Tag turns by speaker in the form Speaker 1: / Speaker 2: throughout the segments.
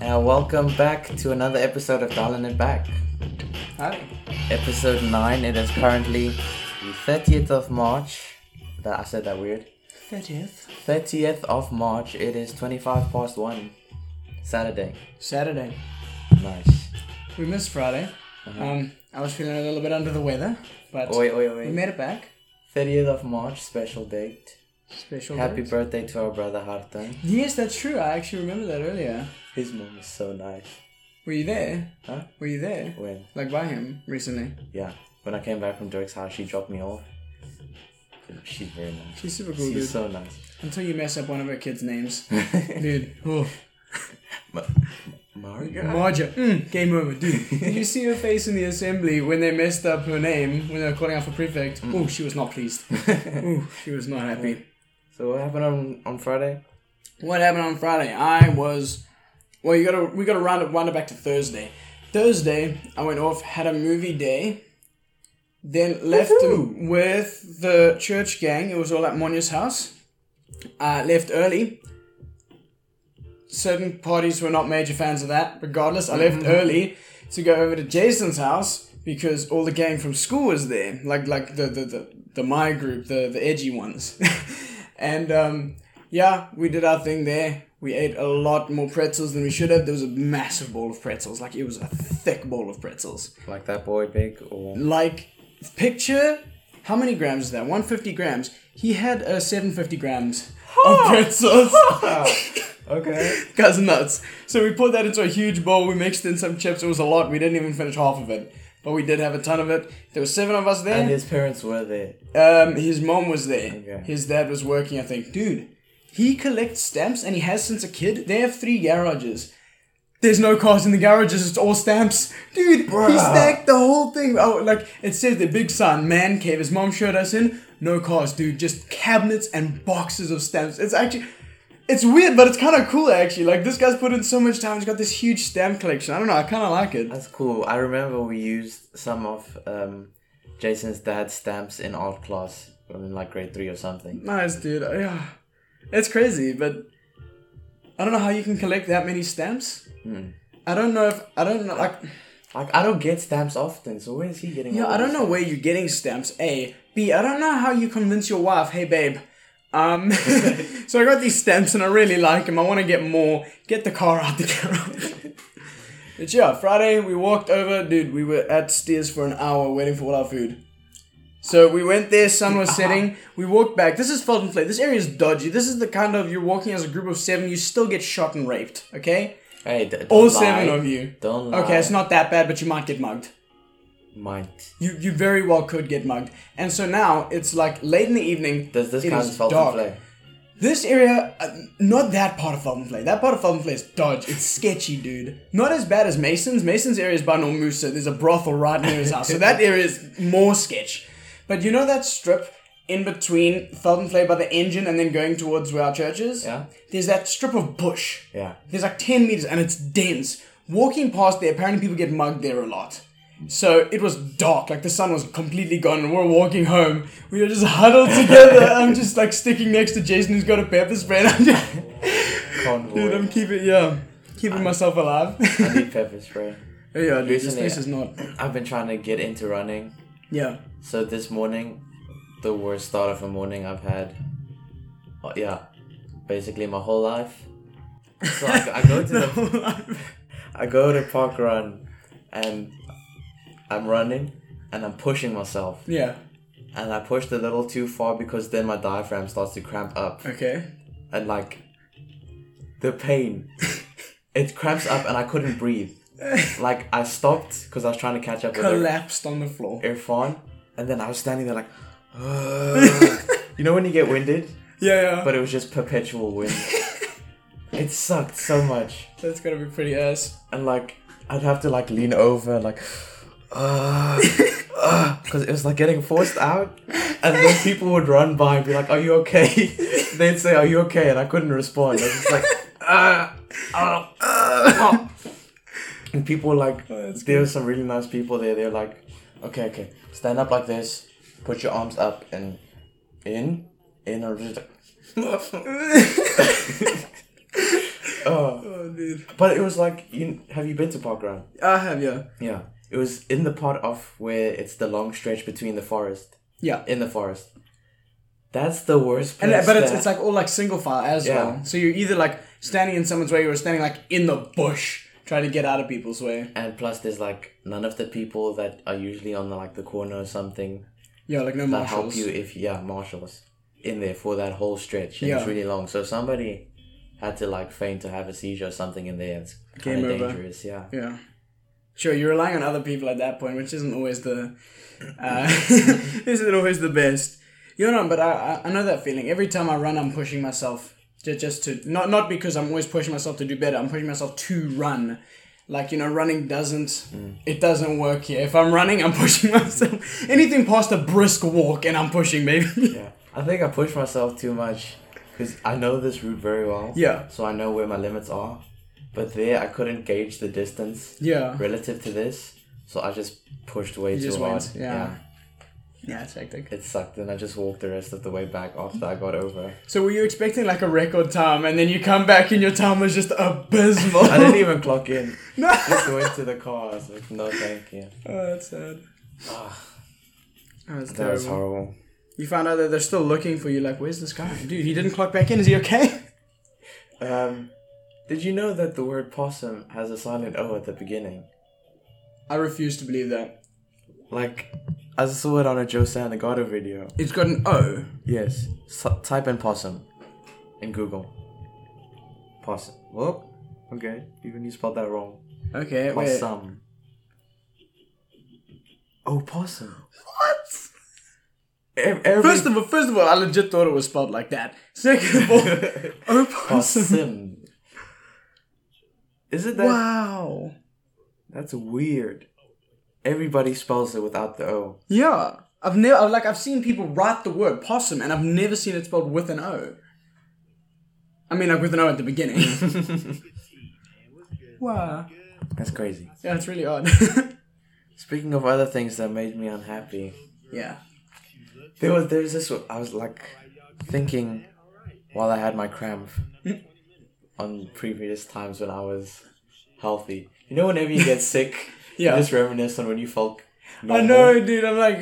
Speaker 1: and welcome back to another episode of Dialing It Back.
Speaker 2: Hi.
Speaker 1: Episode 9, it is currently the 30th of March. That I said that weird.
Speaker 2: 30th.
Speaker 1: 30th of March, it is 25 past 1, Saturday.
Speaker 2: Saturday.
Speaker 1: Nice. Uh-huh.
Speaker 2: We missed Friday. Um, I was feeling a little bit under the weather, but
Speaker 1: Wait, wait,
Speaker 2: we
Speaker 1: wait.
Speaker 2: made it back.
Speaker 1: 30th of March, special date.
Speaker 2: Special.
Speaker 1: Happy
Speaker 2: days.
Speaker 1: birthday to our brother Hartan.
Speaker 2: Yes, that's true. I actually remember that earlier.
Speaker 1: His mom is so nice.
Speaker 2: Were you there?
Speaker 1: Huh?
Speaker 2: Were you there?
Speaker 1: When?
Speaker 2: Like by him recently.
Speaker 1: Yeah. When I came back from Dirk's house, she dropped me off. She's very nice.
Speaker 2: She's super cool, dude.
Speaker 1: She's so nice.
Speaker 2: Until you mess up one of her kids' names, dude. Oh,
Speaker 1: Ma- Margaret?
Speaker 2: Marja. Mm, game over, dude. Did you see her face in the assembly when they messed up her name when they were calling out for prefect?
Speaker 1: Mm.
Speaker 2: Oh, she was not pleased. oh, she was not happy.
Speaker 1: So what happened on, on Friday?
Speaker 2: what happened on Friday? I was well. You gotta we gotta round it wind it back to Thursday. Thursday, I went off, had a movie day, then left
Speaker 1: Woohoo!
Speaker 2: with the church gang. It was all at Monia's house. I left early. Certain parties were not major fans of that. Regardless, I left early to go over to Jason's house because all the gang from school was there, like like the the the, the my group, the the edgy ones, and um, yeah, we did our thing there. We ate a lot more pretzels than we should have. There was a massive bowl of pretzels, like it was a thick bowl of pretzels.
Speaker 1: Like that boy big or
Speaker 2: Like picture how many grams is that? One fifty grams. He had uh, seven fifty grams of pretzels.
Speaker 1: Okay.
Speaker 2: Guys, nuts. So we poured that into a huge bowl. We mixed in some chips. It was a lot. We didn't even finish half of it, but we did have a ton of it. There were seven of us
Speaker 1: And
Speaker 2: there.
Speaker 1: his parents were there.
Speaker 2: Um, his mom was there.
Speaker 1: Okay.
Speaker 2: His dad was working. I think, dude. He collects stamps, and he has since a kid. They have three garages. There's no cars in the garages. It's all stamps, dude. He
Speaker 1: Bruh.
Speaker 2: stacked the whole thing. Oh, like it says the big sign, man cave. His mom showed us in. No cars, dude. Just cabinets and boxes of stamps. It's actually. It's weird, but it's kind of cool actually. Like this guy's put in so much time. He's got this huge stamp collection. I don't know. I kind of like it.
Speaker 1: That's cool. I remember we used some of um, Jason's dad's stamps in art class in like grade three or something.
Speaker 2: Nice, dude. Yeah, it's crazy, but I don't know how you can collect that many stamps. I don't know if I don't know. Like,
Speaker 1: Like I don't get stamps often, so where is he getting?
Speaker 2: yeah,
Speaker 1: all
Speaker 2: I don't
Speaker 1: this
Speaker 2: know where you're getting stamps. A, B. I don't know how you convince your wife. Hey, babe. Um, so I got these stamps and I really like them. I want to get more. Get the car out the garage. but yeah, Friday we walked over, dude. We were at Steers for an hour waiting for all our food. So we went there, sun was setting. We walked back. This is Felton Flay. This area is dodgy. This is the kind of you're walking as a group of seven, you still get shot and raped. Okay,
Speaker 1: Hey, d- don't
Speaker 2: all
Speaker 1: lie.
Speaker 2: seven of you.
Speaker 1: Don't lie.
Speaker 2: Okay, it's not that bad, but you might get mugged.
Speaker 1: Might.
Speaker 2: You you very well could get mugged. And so now it's like late in the evening.
Speaker 1: Does this
Speaker 2: it
Speaker 1: count
Speaker 2: is
Speaker 1: as fault
Speaker 2: dark.
Speaker 1: play?
Speaker 2: This area, uh, not that part of Felton Play. That part of Felton Play is dodge. It's sketchy, dude. Not as bad as Mason's. Mason's area is by Normusa. There's a brothel right near his house. So that area is more sketch. But you know that strip in between Felton Play by the engine and then going towards where our church is?
Speaker 1: Yeah.
Speaker 2: There's that strip of bush.
Speaker 1: Yeah.
Speaker 2: There's like 10 meters and it's dense. Walking past there, apparently people get mugged there a lot. So it was dark, like the sun was completely gone, and we we're walking home. We were just huddled together. I'm just like sticking next to Jason, who's got a pepper spray. And I'm just, dude,
Speaker 1: Convoy.
Speaker 2: I'm keeping, yeah, keeping myself alive.
Speaker 1: I need pepper spray.
Speaker 2: yeah, dude, this
Speaker 1: Recently,
Speaker 2: place is not.
Speaker 1: I've been trying to get into running.
Speaker 2: Yeah,
Speaker 1: So this morning, the worst start of a morning I've had. Oh, yeah, basically my whole life. So I, I go to the I go to park run, and I'm running, and I'm pushing myself,
Speaker 2: yeah.
Speaker 1: and I pushed a little too far because then my diaphragm starts to cramp up,
Speaker 2: Okay.
Speaker 1: and like, the pain, it cramps up, and I couldn't breathe. Like I stopped because I was trying to catch up with her.
Speaker 2: Collapsed on the floor.
Speaker 1: Irfan, and then I was standing there like, "Ugh." you know when you get winded,
Speaker 2: Yeah, yeah.
Speaker 1: but it was just perpetual wind. it sucked so much,
Speaker 2: That's gotta be pretty ass.
Speaker 1: and like I'd have to like lean over like, because it was like getting forced out, and then people would run by and be like, "Are you okay?" They'd say, "Are you okay?" and I couldn't respond. I was just like, "Ah, ah, ah." and people were like
Speaker 2: Oh, that's
Speaker 1: there were some really nice people there. They're like, okay, okay, stand up like this, put your arms up and in, in, Oh. or just like,
Speaker 2: Oh, dude.
Speaker 1: But it was like, you have you been to parkrun?
Speaker 2: I have, yeah.
Speaker 1: Yeah, it was in the part of where it's the long stretch between the forest.
Speaker 2: Yeah.
Speaker 1: in the forest. That's the worst place.
Speaker 2: And, uh, but it's,
Speaker 1: that-
Speaker 2: it's like all like single file as
Speaker 1: Yeah.
Speaker 2: well. So you're either like standing in someone's way or standing like in the bush trying to get out of people's way.
Speaker 1: and plus there's like none of the people that are usually on the, like the corner or something
Speaker 2: Yeah, like no
Speaker 1: that help
Speaker 2: marshals.
Speaker 1: you if yeah marshals in there for that whole stretch. And
Speaker 2: Yeah.
Speaker 1: It's really long, so somebody had to like feign to have a seizure or something in there. It's kind
Speaker 2: Game
Speaker 1: of
Speaker 2: over.
Speaker 1: dangerous. Yeah.
Speaker 2: Yeah. Sure, you're relying on other people at that point, which isn't always the uh, isn't always the best. You know, but I, I I know that feeling. Every time I run, I'm pushing myself just just to not not because I'm always pushing myself to do better. I'm pushing myself to run. Like you know, running doesn't
Speaker 1: Mm.
Speaker 2: it doesn't work here. If I'm running, I'm pushing myself. Anything past a brisk walk, and I'm pushing, baby.
Speaker 1: Yeah. I think I push myself too much because I know this route very well.
Speaker 2: Yeah.
Speaker 1: So I know where my limits are, but there I couldn't gauge the distance
Speaker 2: Yeah.
Speaker 1: relative to this, so I just pushed way too
Speaker 2: just
Speaker 1: hard.
Speaker 2: went, yeah. Yeah, it's hectic.
Speaker 1: It sucked, and I just walked the rest of the way back after I got over.
Speaker 2: So were you expecting like a record time, and then you come back and your time was just abysmal?
Speaker 1: I didn't even clock in. Just went to the car. I was like, no, thank you.
Speaker 2: Oh, that's sad. Ah. Oh, that's
Speaker 1: That was
Speaker 2: terrible.
Speaker 1: horrible.
Speaker 2: You found out that they're still looking for you. Like, where's this guy? Dude, he didn't clock back in. Is he okay?
Speaker 1: Um, did you know that the word possum has a silent O at the beginning?
Speaker 2: I refuse to believe that.
Speaker 1: Like, I saw it on a Joe Santagato video.
Speaker 2: It's got an O.
Speaker 1: Yes. S- type in possum in Google. Possum. Well, okay. Even you spelled that wrong.
Speaker 2: Okay, wait.
Speaker 1: Possum. Oh, possum.
Speaker 2: What?
Speaker 1: Ev- Every-
Speaker 2: First of all, first of all, I legit thought it was spelled like that. Second of all, opossum.
Speaker 1: possum. Is it that?
Speaker 2: Wow.
Speaker 1: That's weird. Everybody spells it without the O.
Speaker 2: Yeah, I've never like I've seen people write the word possum, and I've never seen it spelled with an O. I mean, like with an O at the beginning. wow.
Speaker 1: That's crazy.
Speaker 2: Yeah, it's really odd.
Speaker 1: Speaking of other things that made me unhappy,
Speaker 2: yeah.
Speaker 1: there was there's this. I was like thinking while I had my cramp on previous times when I was healthy. You know, whenever you get sick,
Speaker 2: Yeah.
Speaker 1: you just reminisce on when you felt.
Speaker 2: I
Speaker 1: Normal.
Speaker 2: know, dude. I'm like,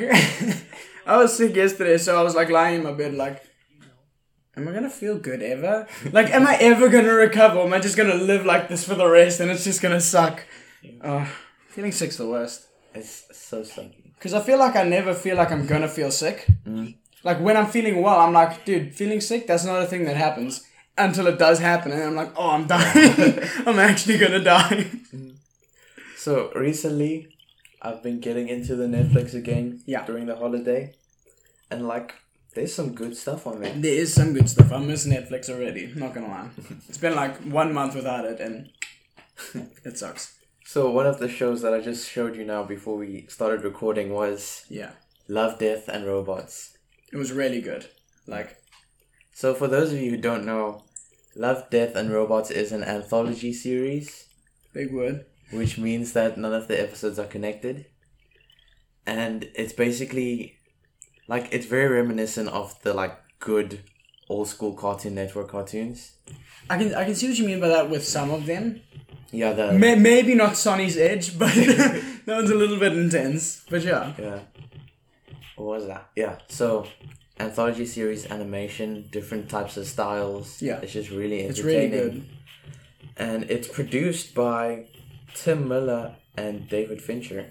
Speaker 2: I was sick yesterday, so I was like lying in my bed, like, am I gonna feel good ever? Like, am I ever gonna recover? Am I just gonna live like this for the rest, and it's just gonna suck? Oh, feeling sick's the worst.
Speaker 1: It's so sucky.
Speaker 2: Cause I feel like I never feel like I'm gonna feel sick. Like when I'm feeling well, I'm like, dude, feeling sick. That's not a thing that happens until it does happen, and I'm like, oh, I'm dying. I'm actually gonna die.
Speaker 1: So recently, I've been getting into the Netflix again.
Speaker 2: Yeah.
Speaker 1: During the holiday, and like, there's some good stuff on it.
Speaker 2: There is some good stuff. I miss Netflix already. Not gonna lie, it's been like one month without it, and it sucks.
Speaker 1: So one of the shows that I just showed you now before we started recording was
Speaker 2: Yeah,
Speaker 1: Love, Death, and Robots.
Speaker 2: it was really good. Like,
Speaker 1: So for those of you who don't know, Love, Death, and Robots is an anthology series,
Speaker 2: big word.
Speaker 1: which means that none of the episodes are connected, and it's basically like it's very reminiscent of the like good old school Cartoon Network cartoons.
Speaker 2: I can I can see what you mean by that with some of them.
Speaker 1: Yeah, the
Speaker 2: May- maybe not Sonny's Edge, but that one's a little bit intense. But yeah,
Speaker 1: Yeah. What was that? Yeah. So, anthology series animation, different types of styles.
Speaker 2: Yeah.
Speaker 1: It's just really
Speaker 2: it's
Speaker 1: entertaining.
Speaker 2: really good.
Speaker 1: And it's produced by Tim Miller and David Fincher.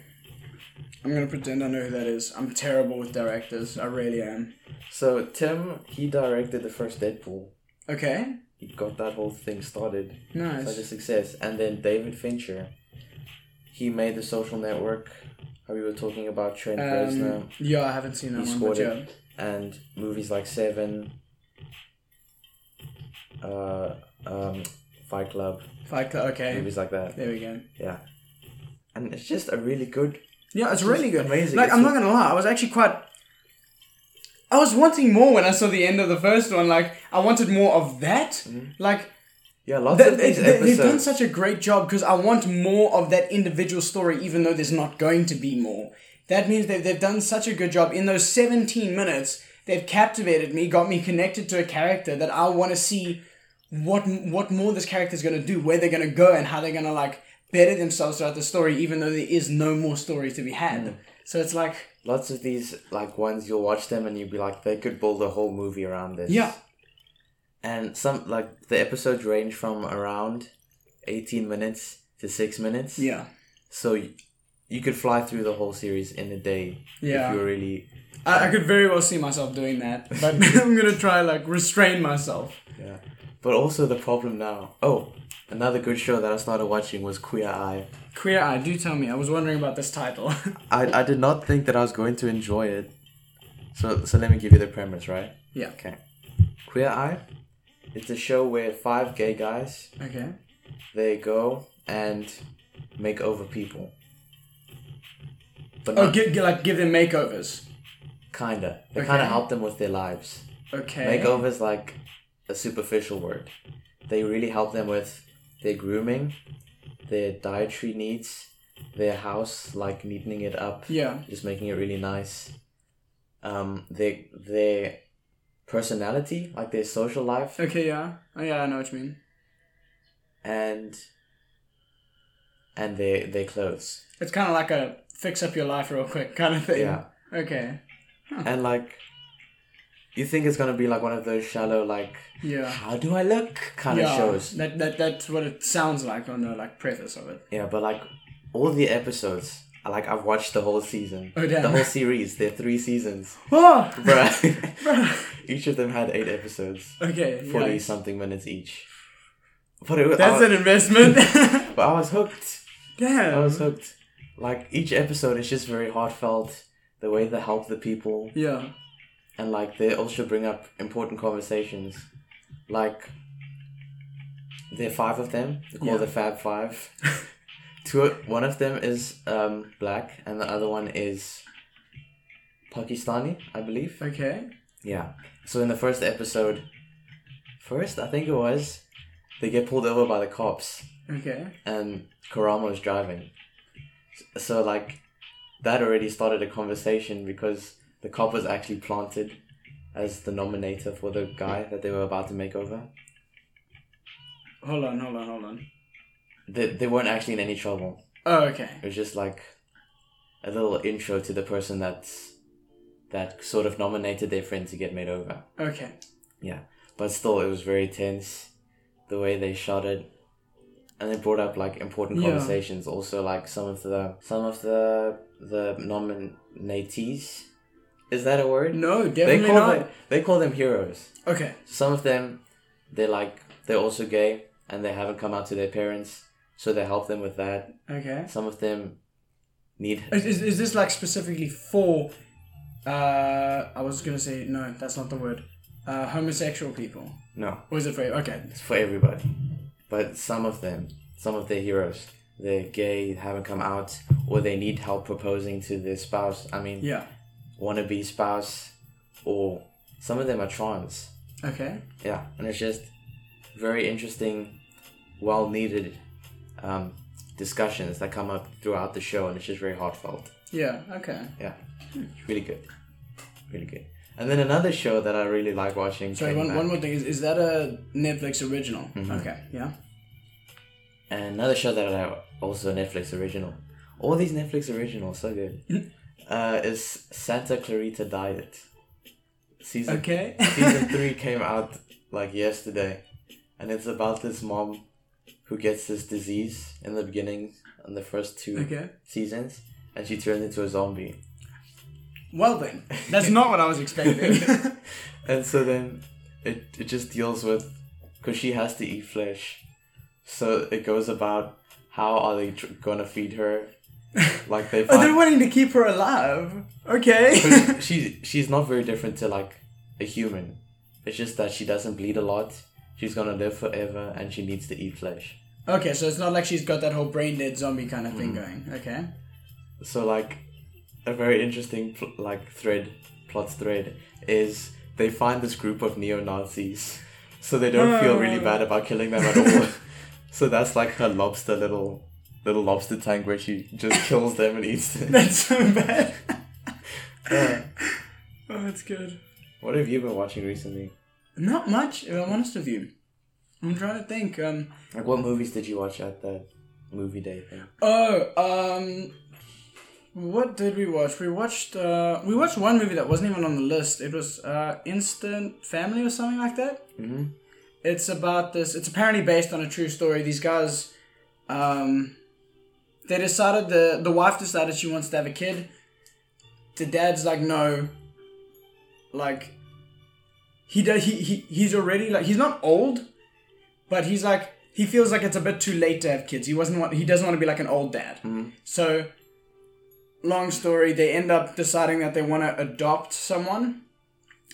Speaker 2: I'm gonna pretend I know who that is. I'm terrible with directors. I really am.
Speaker 1: So Tim, he directed the first Deadpool.
Speaker 2: Okay,
Speaker 1: He got that whole thing started. Such a
Speaker 2: nice.
Speaker 1: success. And then David Fincher, he made the Social Network. How we were talking about Trent Reznor.
Speaker 2: Um, yeah, I haven't seen that
Speaker 1: He
Speaker 2: one,
Speaker 1: scored
Speaker 2: but yeah,
Speaker 1: it. and movies like Seven, uh, um, Fight Club,
Speaker 2: Fight Club. Okay,
Speaker 1: movies like that.
Speaker 2: there we go.
Speaker 1: Yeah, and it's just a really good.
Speaker 2: Yeah, it's really good.
Speaker 1: amazing.
Speaker 2: Like,
Speaker 1: It's
Speaker 2: I'm
Speaker 1: so-
Speaker 2: not gonna lie, I was actually quite. I was wanting more when I saw the end of the first one. Like, I wanted more of that. Like,
Speaker 1: Yeah, lots
Speaker 2: th-
Speaker 1: of
Speaker 2: they,
Speaker 1: these
Speaker 2: they- they've done
Speaker 1: episodes.
Speaker 2: such a great job because I want more of that individual story, even though there's not going to be more. That means they've, they've done such a good job. In those 17 minutes, they've captivated me, got me connected to a character that I want to see what what more this character's gonna do, where they're gonna go, and how they're gonna like better themselves throughout the story, even though there is no more story to be had. So it's like,
Speaker 1: Lots of these like ones you'll watch them and you'll be like, they could build a whole movie around this.
Speaker 2: yeah,
Speaker 1: And some like the episodes range from around eighteen minutes to six minutes.
Speaker 2: yeah,
Speaker 1: So you, you could fly through the whole series in a day
Speaker 2: Yeah.
Speaker 1: if you were really
Speaker 2: I, I could very well see myself doing that, but I'm gonna try like restrain myself.
Speaker 1: Yeah. But also the problem now. Oh, another good show that I started watching was Queer Eye.
Speaker 2: Queer Eye, do tell me. I was wondering about this title.
Speaker 1: I, I did not think that I was going to enjoy it. So so let me give you the premise, right?
Speaker 2: yeah.
Speaker 1: Okay. Queer Eye. It's a show where five gay guys
Speaker 2: Okay.
Speaker 1: they go and make over people. But
Speaker 2: Oh,
Speaker 1: not
Speaker 2: give, gi- like give them makeovers.
Speaker 1: kinda. They kinda
Speaker 2: Okay.
Speaker 1: help them with their lives.
Speaker 2: Okay.
Speaker 1: Makeover is like a superficial word. They really help them with their grooming, their dietary needs, their house, like neatening it up,
Speaker 2: Yeah.
Speaker 1: just making it really nice. Um, their their personality, like their social life,
Speaker 2: Okay. Yeah. Oh, yeah. I know what you mean.
Speaker 1: and and their their clothes.
Speaker 2: It's kind of like a fix up your life real quick kind of thing.
Speaker 1: Yeah,
Speaker 2: Okay.
Speaker 1: and like. You think it's gonna be like one of those shallow, like,
Speaker 2: Yeah.
Speaker 1: how do I look kind
Speaker 2: yeah.
Speaker 1: of shows.
Speaker 2: That, that that's what it sounds like on the like preface of it.
Speaker 1: Yeah, but like all the episodes, like I've watched the whole season,
Speaker 2: Oh, damn.
Speaker 1: the whole series. There are three seasons,
Speaker 2: Oh.
Speaker 1: bruh.
Speaker 2: Bruh.
Speaker 1: each of them had eight episodes,
Speaker 2: okay.
Speaker 1: forty
Speaker 2: Yeah.
Speaker 1: something minutes each. But it was, I,
Speaker 2: That's
Speaker 1: was,
Speaker 2: an investment.
Speaker 1: but I was hooked. I
Speaker 2: Damn.
Speaker 1: was hooked. Like each episode is just very heartfelt. The way they help the people,
Speaker 2: yeah.
Speaker 1: and like they also bring up important conversations, like. There are five of them. They're called
Speaker 2: Yeah.
Speaker 1: the Fab Five. Two, one of them is um, black, and the other one is Pakistani, I believe.
Speaker 2: Okay.
Speaker 1: Yeah. So in the first episode, first I think it was, they get pulled over by the cops,
Speaker 2: Okay.
Speaker 1: and Karama is driving. S- So like, that already started a conversation because the cop was actually planted as the nominator for the guy that they were about to make over.
Speaker 2: Hold on. Hold on. Hold on.
Speaker 1: They they weren't actually in any trouble.
Speaker 2: Oh, okay.
Speaker 1: It was just like a little intro to the person that's that sort of nominated their friend to get made over.
Speaker 2: Okay.
Speaker 1: But still, it was very tense the way they shot it, and they brought up like important
Speaker 2: Yeah.
Speaker 1: conversations. Also, like some of the some of the the nominatees, is that a word?
Speaker 2: No,
Speaker 1: they
Speaker 2: definitely
Speaker 1: call
Speaker 2: not.
Speaker 1: them they call them heroes.
Speaker 2: Okay.
Speaker 1: Some of them, they're like they're also gay and they haven't come out to their parents, so they help them with that.
Speaker 2: Okay.
Speaker 1: Some of them need
Speaker 2: Is, is, is this like specifically for? Uh, I was gonna say no. That's not the word. Uh, homosexual people.
Speaker 1: no.
Speaker 2: Or is it for? Okay.
Speaker 1: It's for everybody. But some of them, some of their heroes, they're gay, haven't come out, or they need help proposing to their spouse. I mean,
Speaker 2: Yeah.
Speaker 1: wannabe spouse, or some of them are trans.
Speaker 2: Okay.
Speaker 1: Yeah, and it's just very interesting, well needed um, discussions that come up throughout the show, and it's just very heartfelt.
Speaker 2: Yeah. Okay.
Speaker 1: Yeah,
Speaker 2: Hmm.
Speaker 1: it's really good. Really good. And then another show that I really like watching.
Speaker 2: Sorry.
Speaker 1: came
Speaker 2: One,
Speaker 1: back. Mm-hmm.
Speaker 2: one more thing. Is, is that a Netflix original? Okay. Yeah.
Speaker 1: And another show that I also a Netflix original. All these Netflix originals so good. uh, is Santa Clarita Diet. Season
Speaker 2: Okay.
Speaker 1: season three came out like yesterday, and it's about this mom who gets this disease in the beginning, in the first two
Speaker 2: okay.
Speaker 1: seasons, and she turns into a zombie.
Speaker 2: Well then, that's not what I was expecting.
Speaker 1: And so then it, it just deals with because she has to eat flesh. So it goes about how are they tr- gonna feed her? Like they
Speaker 2: oh, they're
Speaker 1: find
Speaker 2: wanting to keep her alive. Okay.
Speaker 1: 'cause she she's not very different to like a human. It's just that she doesn't bleed a lot. She's gonna live forever, and she needs to eat flesh.
Speaker 2: okay. So it's not like she's got that whole brain dead zombie kind of thing
Speaker 1: Mm.
Speaker 2: going. Okay.
Speaker 1: So like a very interesting pl- like thread plot thread is they find this group of neo Nazis, so they don't feel really
Speaker 2: Hmm.
Speaker 1: bad about killing them at all. so that's like her lobster little little lobster tank where she just kills them and eats them.
Speaker 2: That's so bad. oh, that's good.
Speaker 1: What have you been watching recently?
Speaker 2: Not much, if I'm honest with you. I'm trying to think. Um,
Speaker 1: Like, what movies did you watch at that movie day thing?
Speaker 2: oh, um, what did we watch? We watched uh, we watched one movie that wasn't even on the list. It was uh, Instant Family or something like that.
Speaker 1: Mm-hmm.
Speaker 2: it's about this it's apparently based on a true story these guys um they decided the the wife decided she wants to have a kid the dad's like no like he does he, he he's already like he's not old but he's like he feels like it's a bit too late to have kids he wasn't want, he doesn't want to be like an old dad so long story they end up deciding that they want to adopt someone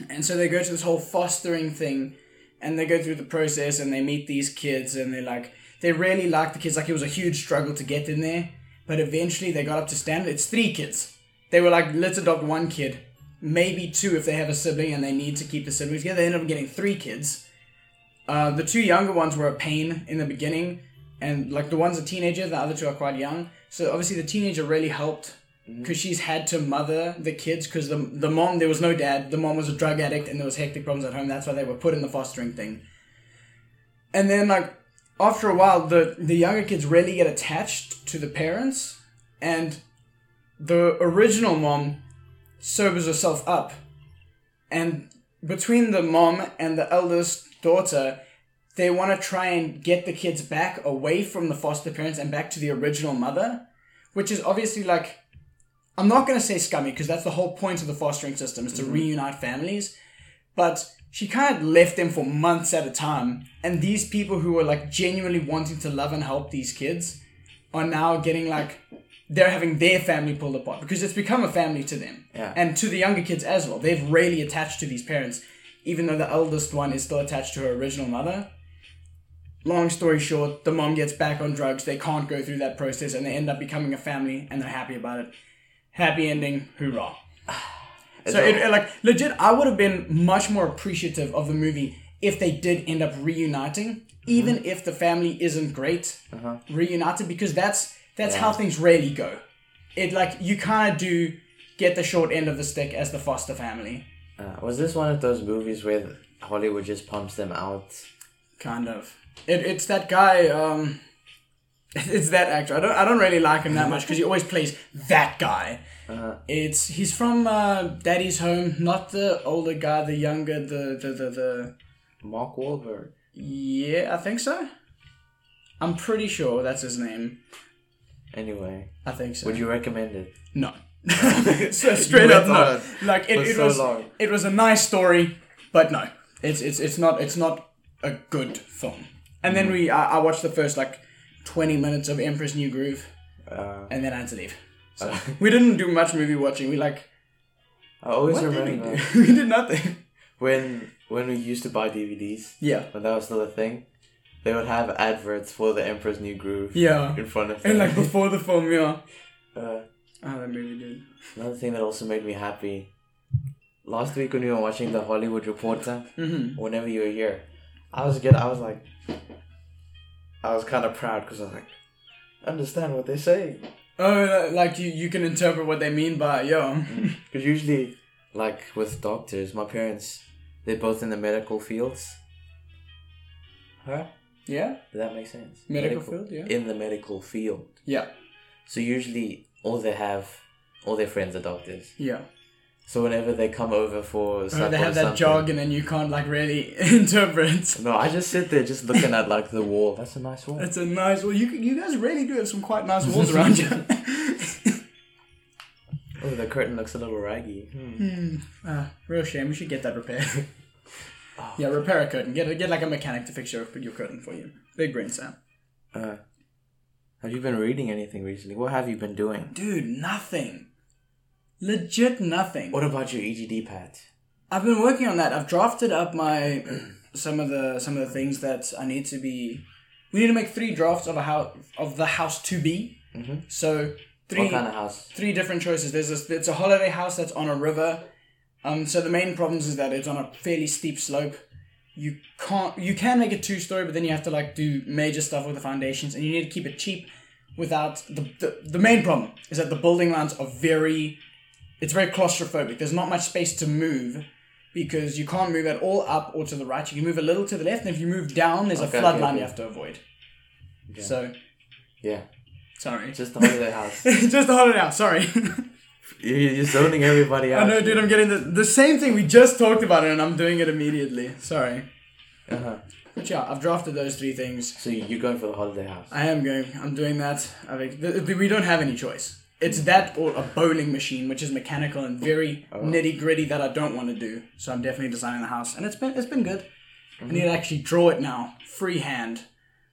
Speaker 2: and so they go to this whole fostering thing and they go through the process and they meet these kids and they like they really like the kids like it was a huge struggle to get in there but eventually they got up to standard it's three kids they were like let's adopt one kid maybe two if they have a sibling and they need to keep the siblings together they ended up getting three kids uh, the two younger ones were a pain in the beginning and like the one's a teenager the other two are quite young so obviously the teenager really helped because she's had to mother the kids because the, the mom there was no dad the mom was a drug addict and there was hectic problems at home that's why they were put in the fostering thing and then like after a while the the younger kids really get attached to the parents and the original mom sobers herself up and between the mom and the eldest daughter they want to try and get the kids back away from the foster parents and back to the original mother which is obviously like I'm not going to say scummy because that's the whole point of the fostering system is to reunite families. But she kind of left them for months at a time. And these people who were like genuinely wanting to love and help these kids are now getting like, they're having their family pulled apart because it's become a family to them.
Speaker 1: Yeah.
Speaker 2: And to the younger kids as well. They've really attached to these parents, even though the eldest one is still attached to her original mother. Long story short, the mom gets back on drugs. They can't go through that process and they end up becoming a family and they're happy about it happy ending, hoorah.
Speaker 1: Is
Speaker 2: So
Speaker 1: that-
Speaker 2: it, it, like legit, I would have been much more appreciative of the movie if they did end up reuniting, even if the family isn't great, reunited because that's that's how things really go. It like you kind of do get the short end of the stick as the foster family,
Speaker 1: uh, was this one of those movies where Hollywood just pumps them out?
Speaker 2: kind of. It, it's that guy. um It's that actor. I don't. I don't really like him that much because he always plays that guy.
Speaker 1: Uh,
Speaker 2: It's he's from uh, Daddy's Home, not the older guy, the younger, the the the, the
Speaker 1: Mark Wahlberg.
Speaker 2: yeah, I think so. I'm pretty sure that's his name.
Speaker 1: Anyway,
Speaker 2: I think so.
Speaker 1: would you recommend it?
Speaker 2: no, so straight up
Speaker 1: went on
Speaker 2: no.
Speaker 1: it
Speaker 2: Like it,
Speaker 1: for
Speaker 2: it
Speaker 1: so
Speaker 2: was
Speaker 1: long.
Speaker 2: it was a nice story, but no, it's it's it's not it's not a good film. And then we I, I watched the first like 20 minutes of Empress New Groove,
Speaker 1: Uh,
Speaker 2: and then I had to leave. So we didn't do much movie watching. We like
Speaker 1: I always
Speaker 2: what did we
Speaker 1: remember
Speaker 2: do? we did nothing.
Speaker 1: when when we used to buy DVDs
Speaker 2: Yeah.
Speaker 1: when that was still a thing. They would have adverts for the Emperor's New Groove
Speaker 2: Yeah.
Speaker 1: in front of them.
Speaker 2: And like before the film, yeah.
Speaker 1: uh,
Speaker 2: Oh, that movie, dude.
Speaker 1: another thing that also made me happy. Last week when we were watching the Hollywood Reporter,
Speaker 2: Mm-hmm.
Speaker 1: whenever you were here, I was good. I was like, I was kind of proud because I was like, I understand what they're saying.
Speaker 2: Oh, li- like you, you can interpret what they mean by yo.
Speaker 1: Because usually, like with doctors, my parents, they're both in the medical fields. Huh?
Speaker 2: Yeah.
Speaker 1: Did that make sense?
Speaker 2: Medical field, yeah.
Speaker 1: In the medical field.
Speaker 2: Yeah.
Speaker 1: So usually, all they have, all their friends are doctors.
Speaker 2: Yeah.
Speaker 1: So whenever they come over for
Speaker 2: Oh,
Speaker 1: supper
Speaker 2: they
Speaker 1: or
Speaker 2: have that
Speaker 1: something-
Speaker 2: jargon, and you can't like really interpret.
Speaker 1: No, I just sit there just looking at like the wall. That's a nice wall.
Speaker 2: That's a nice. Well, you you guys really do have some quite nice walls around you.
Speaker 1: Oh, the curtain looks a little raggy. Hmm.
Speaker 2: uh, real shame. We should get that repaired.
Speaker 1: Oh.
Speaker 2: Yeah, repair a curtain. Get a, get like a mechanic to fix your your curtain for you. Big brain, Sam.
Speaker 1: Uh, have you been reading anything recently? What have you been doing?
Speaker 2: Dude, nothing. Legit nothing.
Speaker 1: What about your E EGD pad?
Speaker 2: I've been working on that. I've drafted up my some of the some of the things that I need to be. We need to make three drafts of a house of the house to be.
Speaker 1: Mhm.
Speaker 2: So three
Speaker 1: What kind of house?
Speaker 2: three different choices. There's this. It's a holiday house that's on a river. Um. So the main problems is that it's on a fairly steep slope. You can't. You can make it two story, but then you have to like do major stuff with the foundations, and you need to keep it cheap. Without the the, the main problem is that the building lines are very. It's very claustrophobic. There's not much space to move because you can't move at all up or to the right. You can move a little to the left, and if you move down, there's
Speaker 1: Okay,
Speaker 2: a flood
Speaker 1: okay,
Speaker 2: line
Speaker 1: okay.
Speaker 2: you have to avoid.
Speaker 1: Okay.
Speaker 2: So
Speaker 1: Yeah,
Speaker 2: sorry.
Speaker 1: just the holiday house.
Speaker 2: Just the holiday house. Sorry.
Speaker 1: You- You're zoning everybody out.
Speaker 2: I know, dude. I'm getting the, the same thing we just talked about, it, and I'm doing it immediately. Sorry.
Speaker 1: Uh-huh.
Speaker 2: But yeah, I've drafted those three things.
Speaker 1: So you're going for the holiday house.
Speaker 2: I am going. I'm doing that. I think th- th- we don't have any choice. It's that or a bowling machine, which is mechanical and very
Speaker 1: Oh.
Speaker 2: nitty gritty that I don't want to do. So I'm definitely designing the house, and it's been it's been good.
Speaker 1: Mm-hmm.
Speaker 2: I need to actually draw it now, freehand,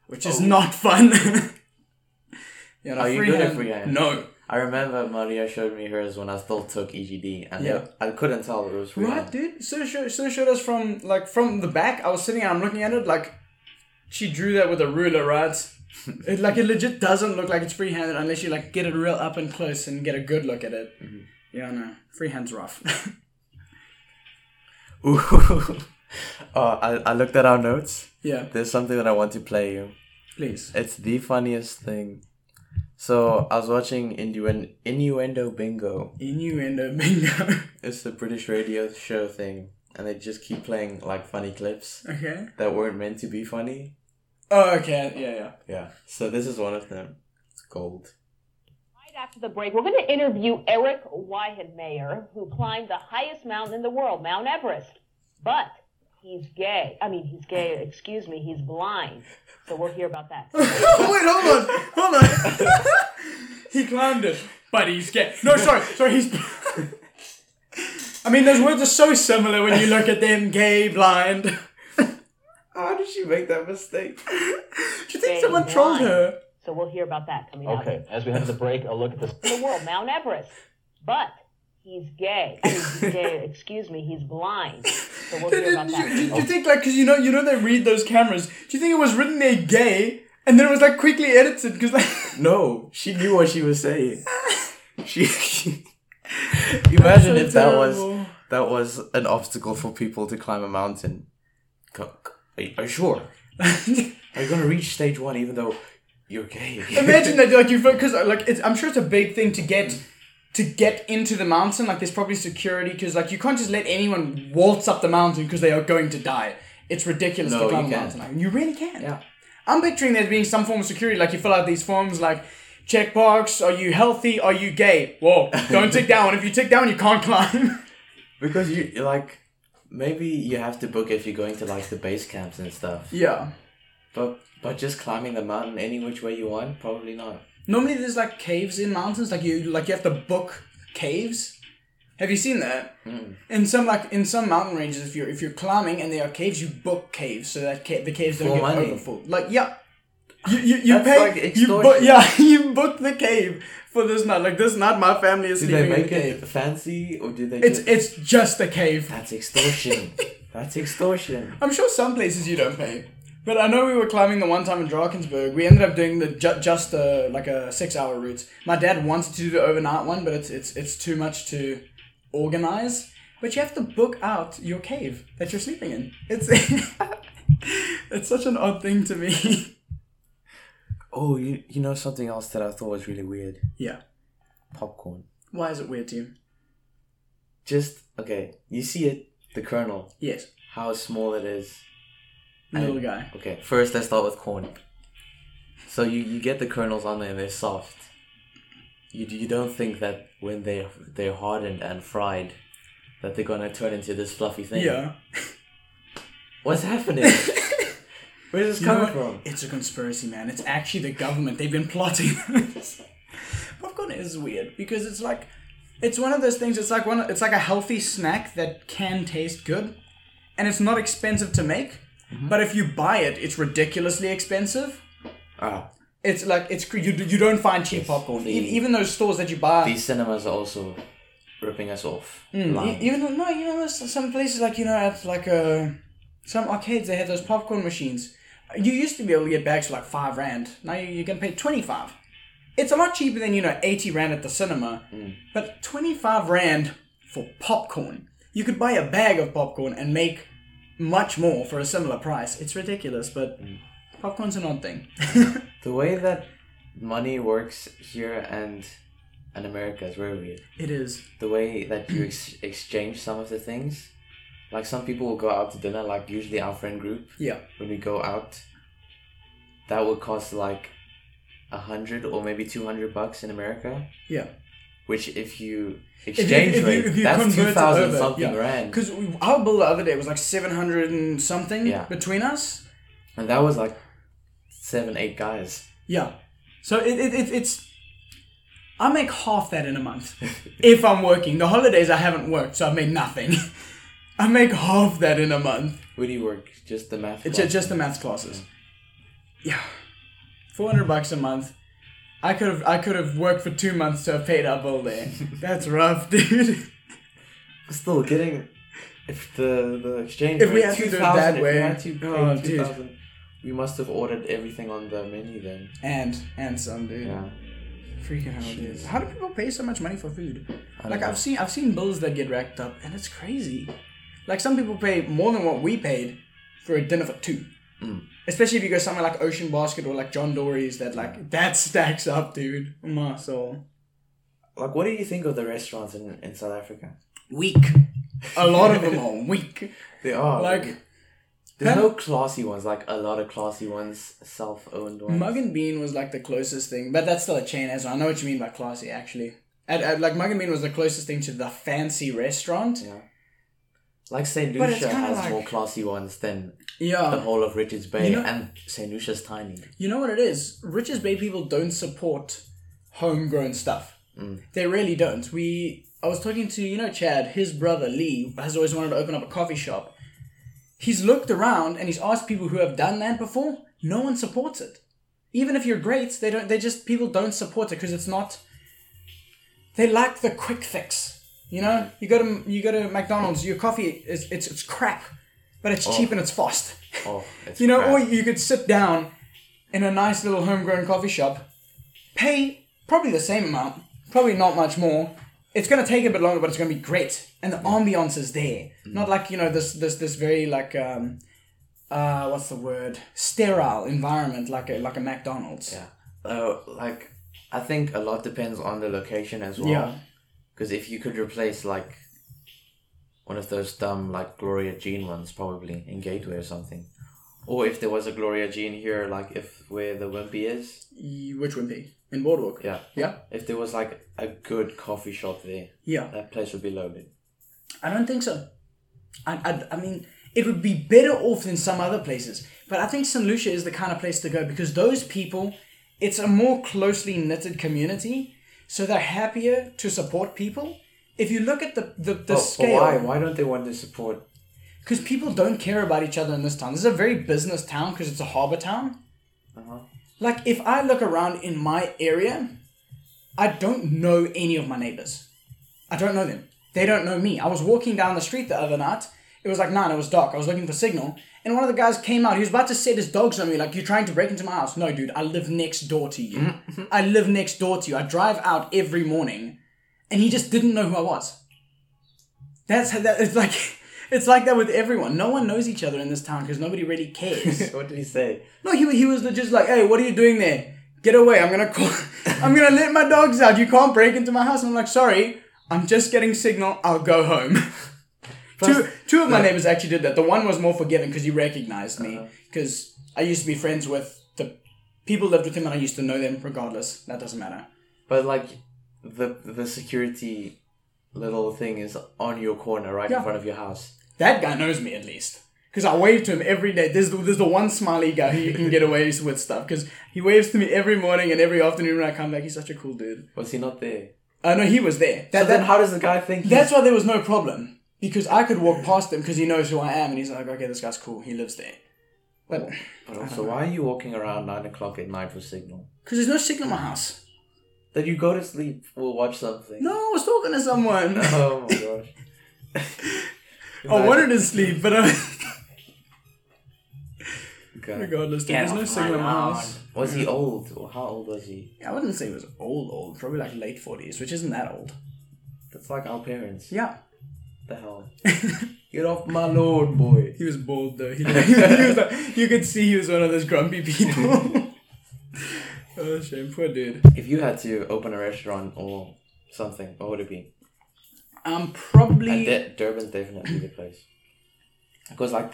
Speaker 2: which is not fun. yeah, no,
Speaker 1: Oh. Are you good at freehand?
Speaker 2: No,
Speaker 1: I remember Maria showed me hers when I still took EGD, and
Speaker 2: Yeah.
Speaker 1: I couldn't tell it was real.
Speaker 2: right, dude. So showed, so showed us from like from the back. I was sitting and I'm looking at it like she drew that with a ruler, right? it like it legit doesn't look like it's freehanded unless you like get it real up and close and get a good look at it. Yeah, no, freehand's rough.
Speaker 1: Ooh. oh, I, I looked at our notes.
Speaker 2: yeah,
Speaker 1: There's something that I want to play you.
Speaker 2: please.
Speaker 1: It's the funniest thing. So I was watching Innuen- Innuendo Bingo.
Speaker 2: Innuendo bingo.
Speaker 1: It's the British radio show thing, and they just keep playing like funny clips
Speaker 2: okay.
Speaker 1: that weren't meant to be funny.
Speaker 2: Oh, okay. Yeah, yeah.
Speaker 1: Yeah. So this is one of them. It's gold.
Speaker 3: Right after the break, we're going to interview Eric Weihenmayer, who climbed the highest mountain in the world, Mount Everest. But he's gay. I mean, he's gay, excuse me, he's blind. So we'll hear about that.
Speaker 2: Wait, hold on, hold on. he climbed it, but he's gay. No, sorry, sorry, he's. I mean, those words are so similar when you look at them gay, blind. Do
Speaker 1: How did she make that mistake?
Speaker 2: you think
Speaker 3: Gay,
Speaker 2: someone trolled
Speaker 3: blind.
Speaker 2: her?
Speaker 3: So we'll hear about that coming up.
Speaker 4: Okay, as we head to the break, a look at the
Speaker 3: In the world, Mount Everest. But he's gay. I mean, he's gay, excuse me, he's blind. So we'll
Speaker 2: Do
Speaker 3: hear
Speaker 2: you,
Speaker 3: about
Speaker 2: do
Speaker 3: that.
Speaker 2: you- do you think like because you know you know they read those cameras? Do you think it was written there gay and then it was like quickly edited because like
Speaker 1: No, she knew what she was saying. She. Imagine if that was
Speaker 2: terrible.
Speaker 1: that was an obstacle for people to climb a mountain. Co- co- Are you- are you sure? Are you gonna reach stage one even though you're gay?
Speaker 2: imagine that like you because like it's, I'm sure it's a big thing to get to get into the mountain. Like there's probably security because like you can't just let anyone waltz up the mountain because they are going to die. It's ridiculous
Speaker 1: No,
Speaker 2: to
Speaker 1: you
Speaker 2: climb a
Speaker 1: can.
Speaker 2: mountain. Like, you really can.
Speaker 1: Yeah.
Speaker 2: I'm picturing there being some form of security. Like you fill out these forms like. Check box. Are you healthy? Are you gay? Whoa! Don't tick down. If you tick down, you can't climb.
Speaker 1: Because you you're like maybe you have to book if you're going to like the base camps and stuff.
Speaker 2: yeah.
Speaker 1: But but just climbing the mountain any which way you want, probably not.
Speaker 2: Normally, there's like caves in mountains. Like you, like you have to book caves. Have you seen that?
Speaker 1: Hmm.
Speaker 2: In some like in some mountain ranges, if you're if you're climbing and there are caves, you book caves so that ca- the caves don't
Speaker 1: For
Speaker 2: get
Speaker 1: money.
Speaker 2: overfull. Like yeah. You, you, you
Speaker 1: That's
Speaker 2: pay
Speaker 1: like
Speaker 2: you book
Speaker 1: extortion.
Speaker 2: yeah you book the cave for this night like this night my family is
Speaker 1: Do
Speaker 2: sleeping
Speaker 1: they make
Speaker 2: in the
Speaker 1: it
Speaker 2: cave
Speaker 1: fancy or do they?
Speaker 2: it's
Speaker 1: just...
Speaker 2: it's just a cave
Speaker 1: that's extortion. that's extortion.
Speaker 2: I'm sure some places you don't pay. But I know we were climbing the one time in Drakensberg. We ended up doing the ju- just uh, like a six hour route. My dad wanted to do the overnight one, but it's it's it's too much to organize. But you have to book out your cave that you're sleeping in. It's it's such an odd thing to me.
Speaker 1: Oh, you you know something else that I thought was really weird?
Speaker 2: yeah.
Speaker 1: Popcorn.
Speaker 2: Why is it weird to you?
Speaker 1: Just okay. You see it, the kernel,
Speaker 2: Yes.
Speaker 1: how small it is.
Speaker 2: Little guy.
Speaker 1: Okay, first let's start with corn. So you, you get the kernels on there and they're soft. You, you don't think that when they they're hardened and fried, that they're gonna turn into this fluffy thing.
Speaker 2: Yeah.
Speaker 1: What's happening? Where's this
Speaker 2: You know
Speaker 1: coming
Speaker 2: what?
Speaker 1: from?
Speaker 2: Uh, It's a conspiracy, man. It's actually the government. They've been plotting this. Popcorn is weird because it's like it's one of those things. It's like one. It's like a healthy snack that can taste good, and it's not expensive to make.
Speaker 1: Mm-hmm.
Speaker 2: But if you buy it, it's ridiculously expensive.
Speaker 1: Ah,
Speaker 2: It's like it's cr- you, you don't find cheap popcorn. E-
Speaker 1: the-
Speaker 2: even those stores that you buy,
Speaker 1: these cinemas are also ripping us off.
Speaker 2: E-
Speaker 1: Lying.
Speaker 2: even though- no, you know, there's some places like you know at like uh, some arcades they have those popcorn machines. You used to be able to get bags for like five rand. Now you- you can pay twenty five. It's a lot cheaper than you know eighty rand at the cinema, but twenty five rand for popcorn. You could buy a bag of popcorn and make much more for a similar price. It's ridiculous, but popcorn's an odd thing.
Speaker 1: the way that money works here and in America is very weird.
Speaker 2: it is.
Speaker 1: the way that you ex- exchange some of the things Like some people will go out to dinner, like usually our friend group,
Speaker 2: Yeah.
Speaker 1: when we go out, that would cost like a hundred or maybe two hundred bucks in America.
Speaker 2: Yeah.
Speaker 1: Which if you
Speaker 2: you-
Speaker 1: exchange
Speaker 2: if you-
Speaker 1: rate,
Speaker 2: if you
Speaker 1: that's
Speaker 2: convert
Speaker 1: two
Speaker 2: it
Speaker 1: thousand
Speaker 2: over,
Speaker 1: something
Speaker 2: yeah.
Speaker 1: rand.
Speaker 2: Because our bill the other day was like 700 and something
Speaker 1: Yeah.
Speaker 2: between us.
Speaker 1: And that was like seven, eight guys.
Speaker 2: Yeah. So it, it, it, it's. I make half that in a month if I'm working. The holidays I haven't worked, so I've made nothing. I make half that in a month.
Speaker 1: Where do you work? Just the math.
Speaker 2: It's ju-
Speaker 1: class?
Speaker 2: just, the maths
Speaker 1: Mm.
Speaker 2: classes. Yeah. 400 bucks a month. I could have I could have worked for two months to have paid our bill there. That's rough, dude.
Speaker 1: still getting if the the exchange
Speaker 2: If we
Speaker 1: rate,
Speaker 2: had to do it
Speaker 1: 2,000,
Speaker 2: that
Speaker 1: if we
Speaker 2: way,
Speaker 1: had to pay
Speaker 2: oh, dude.
Speaker 1: 2,000, we must have ordered everything on the menu then.
Speaker 2: And and some dude.
Speaker 1: Yeah.
Speaker 2: Freaking how it is. How do people pay so much money for food?
Speaker 1: don't
Speaker 2: Like
Speaker 1: know.
Speaker 2: I've seen I've seen bills that get racked up and it's crazy. Like some people pay more than what we paid for a dinner for two.
Speaker 1: Mm.
Speaker 2: Especially if you go somewhere like Ocean Basket or like John Dory's that like that stacks up, dude. My soul.
Speaker 1: Like, what do you think of the restaurants in, in South Africa?
Speaker 2: Weak. A lot of them are weak.
Speaker 1: They are
Speaker 2: Like
Speaker 1: there's
Speaker 2: Pan-
Speaker 1: no classy ones. Like a lot of classy ones, self-owned ones.
Speaker 2: Mug and Bean was like the closest thing, but that's still a chain as well. I know what you mean by classy actually. At, at, like Mug and Bean was the closest thing to the fancy restaurant.
Speaker 1: yeah. Like Saint
Speaker 2: But it's
Speaker 1: Lucia
Speaker 2: kinda
Speaker 1: has
Speaker 2: like-
Speaker 1: more classy ones than
Speaker 2: Yeah.
Speaker 1: the whole of Richards Bay,
Speaker 2: You know-
Speaker 1: and Saint Lucia's tiny.
Speaker 2: You know what it is? Richards Bay people don't support homegrown stuff. They really don't. We I was talking to, you know, Chad, his brother Lee has always wanted to open up a coffee shop. He's looked around and he's asked people who have done that before. No one supports it. Even if you're great, they don't they just people don't support it because it's not they like the quick fix. You know, you go to you go to McDonald's, your coffee is it's it's crap, but it's cheap and it's fast.
Speaker 1: Oh, it's
Speaker 2: You know,
Speaker 1: crap.
Speaker 2: or you could sit down in a nice little homegrown coffee shop, pay probably the same amount, probably not much more. It's gonna take a bit longer, but it's gonna be great, and the ambiance is there.
Speaker 1: Mm.
Speaker 2: Not like you know this this this very like um, uh, what's the word? Sterile environment like a like a McDonald's.
Speaker 1: Yeah. Uh, like, I think a lot depends on the location as well.
Speaker 2: Yeah.
Speaker 1: Because if you could replace like one of those dumb like Gloria Jean ones, probably in Gateway or something, or if there was a Gloria Jean here, like if where the Wimpy is,
Speaker 2: Y- Which would be in Boardwalk.
Speaker 1: yeah,
Speaker 2: Yeah.
Speaker 1: if there was like a good coffee shop there,
Speaker 2: Yeah.
Speaker 1: that place would be loaded.
Speaker 2: I don't think so. I, I, I mean, it would be better off than some other places. But I think St. Lucia is the kind of place to go because those people, it's a more closely knitted community. So they're happier to support people. If you look at the, the, the
Speaker 1: But- but Oh, why?
Speaker 2: scale,
Speaker 1: Why don't they want to support?
Speaker 2: because people don't care about each other in this town. This is a very business town because it's a harbor town.
Speaker 1: Uh-huh.
Speaker 2: Like, if I look around in my area, I don't know any of my neighbors. I don't know them. They don't know me. I was walking down the street the other night. It was like nine, it was dark. I was looking for signal. And one of the guys came out. He was about to set his dogs on me, like, You're trying to break into my house. No, dude, I live next door to you. I live next door to you. I drive out every morning. And he just didn't know who I was. That's how that, it's like, it's like that with everyone. No one knows each other in this town because nobody really cares.
Speaker 1: what did he say?
Speaker 2: No, he, he was just like, hey, what are you doing there? Get away. I'm going to call. I'm going to let my dogs out. You can't break into my house. I'm like, sorry. I'm just getting signal. I'll go home. two, two of my neighbors actually did that. The one was more forgiving because he recognized me. Because I used to be friends with the people lived with him and I used to know them regardless. That doesn't matter.
Speaker 1: But like, the the security little thing is on your corner, right
Speaker 2: Yeah.
Speaker 1: in front of your house.
Speaker 2: That guy knows me at least. Because I wave to him every day. There's the, there's the one smiley guy who you can get away with stuff. Because he waves to me every morning and every afternoon when I come back. He's such a cool dude.
Speaker 1: Was he not there?
Speaker 2: Uh, no, he was there. That,
Speaker 1: So then,
Speaker 2: that-
Speaker 1: how does the guy think?
Speaker 2: That's why there was no problem because I could walk past him because he knows who I am and he's like, okay, this guy's cool. He lives there. But
Speaker 1: But also, why are you walking around nine o'clock at night for signal?
Speaker 2: because there's no signal in my house.
Speaker 1: Then you go to sleep or watch something.
Speaker 2: No, I was talking to someone.
Speaker 1: Oh my gosh.
Speaker 2: I wanted to sleep, but I,
Speaker 1: Okay.
Speaker 2: regardless, dude, there's no signal in my house.
Speaker 1: Was he old? Or how old was he?
Speaker 2: Yeah, I wouldn't say it was old, old. Probably like late forties, which isn't that old.
Speaker 1: That's like our parents.
Speaker 2: Yeah,
Speaker 1: The hell. Get off my lord, boy.
Speaker 2: he was bald though. He, he was like, you could see he was one of those grumpy people. oh shame, poor dude.
Speaker 1: If you had to open a restaurant or something, what would it be?
Speaker 2: I'm
Speaker 1: And
Speaker 2: probably
Speaker 1: De- Durban's definitely the place. Because like,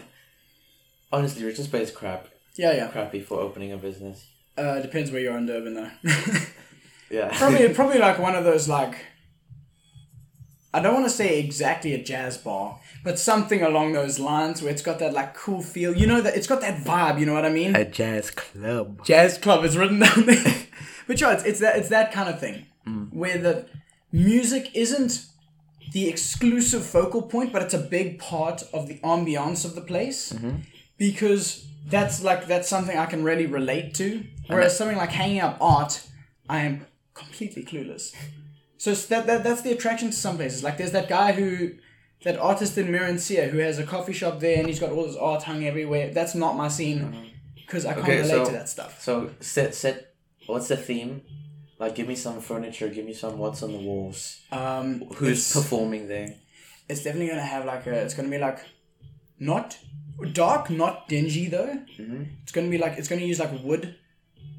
Speaker 1: honestly, Richards Bay is crap,
Speaker 2: Yeah, yeah.
Speaker 1: crappy for opening a business.
Speaker 2: Uh, depends where you're in Durban though.
Speaker 1: Yeah.
Speaker 2: probably probably like one of those like I don't want to say exactly a jazz bar, but something along those lines where it's got that like cool feel. You know that it's got that vibe. You know what I mean?
Speaker 1: a jazz club.
Speaker 2: jazz club is written down there. Hmm. but yeah, it's, it's that it's that kind of thing where the music isn't the exclusive focal point, but it's a big part of the ambiance of the place because that's like that's something I can really relate to. Whereas something like hanging up art, I am completely clueless. So it's that, that that's the attraction to some places. Like there's that guy who. That artist in Mirencia who has a coffee shop there and he's got all his art hung everywhere. That's not my scene because I can't
Speaker 1: Okay,
Speaker 2: relate
Speaker 1: so-
Speaker 2: to that stuff.
Speaker 1: So set set. What's the theme? Like, give me some furniture. Give me some what's on the walls.
Speaker 2: Um,
Speaker 1: Who's
Speaker 2: it's,
Speaker 1: performing there?
Speaker 2: it's definitely gonna have like a. It's gonna be like, not dark, not dingy though.
Speaker 1: Mm-hmm.
Speaker 2: It's gonna be like it's gonna use like wood.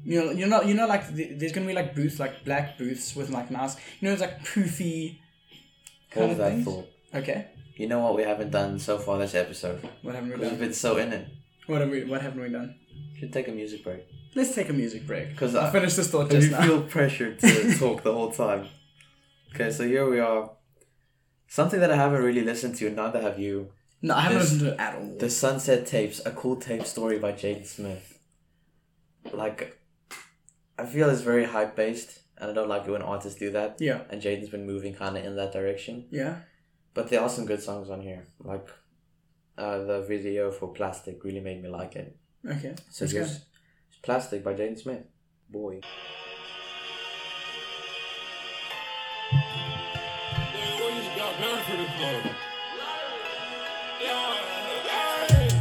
Speaker 2: You know, you know, you know, like the, there's gonna be like booths, like black booths with like nice, you know, it's like poofy.
Speaker 1: What
Speaker 2: Kind
Speaker 1: was
Speaker 2: of
Speaker 1: that
Speaker 2: things.
Speaker 1: thought?
Speaker 2: Okay,
Speaker 1: You know what we haven't done so far this episode?
Speaker 2: what haven't we
Speaker 1: We've
Speaker 2: done?
Speaker 1: been so in it.
Speaker 2: What have we? What haven't we done?
Speaker 1: Should take a music break.
Speaker 2: Let's take a music break.
Speaker 1: 'Cause
Speaker 2: I
Speaker 1: I-
Speaker 2: finished this thought just
Speaker 1: you
Speaker 2: now.
Speaker 1: feel pressured to talk the whole time. Okay, so here we are. Something that I haven't really listened to, neither have you.
Speaker 2: no, I haven't
Speaker 1: this-
Speaker 2: listened to it at all.
Speaker 1: The Sunset Tapes, a cool tape story by Jaden Smith. Like, I feel it's very hype based, and I don't like it when artists do that.
Speaker 2: Yeah.
Speaker 1: And Jaden's been moving kind of in that direction.
Speaker 2: yeah.
Speaker 1: But there are some good songs on here. Like, uh, the video for Plastic really made me like it.
Speaker 2: Okay.
Speaker 1: So
Speaker 2: let's go.
Speaker 1: here's Plastic by Jaden Smith. Boy.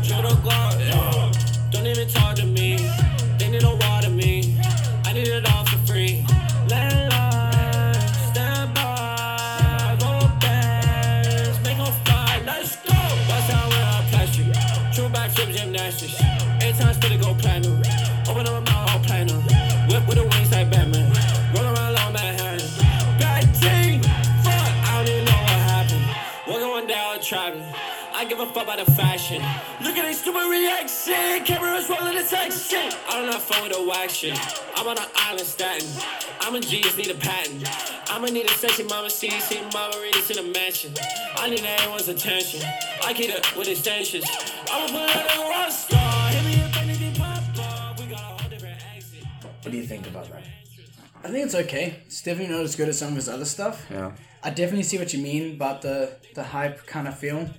Speaker 5: Shadow God, yeah. don't even talk to me. They need no water me. I need it all for free. Landline, stand by. Go bands, make 'em fly. Let's go. Bust out where I plastic. True back trip gymnastics. Eight times for the go platinum. Open up my whole platinum. Whip with the wings like Batman. Roll around long Manhattan. Bad team, fuck. I don't even know what happened. Walking one down traveling. I give a fuck about the fashion. Look at this stupid reaction. Cameras rolling the section. I'm not fun with the wax shit. I'm on an island statin. I'm a genius, need a patent. I'ma need a session, mama CDC, mama read it to the mansion. I need everyone's attention. I get up with extensions. I'ma put it on a rock star. Hit me if anything pop off. We got a whole different exit.
Speaker 1: What do you think about that?
Speaker 2: I think it's okay. It's definitely not as good as some of his other stuff.
Speaker 1: Yeah.
Speaker 2: I definitely see what you mean about the the hype kind of feel.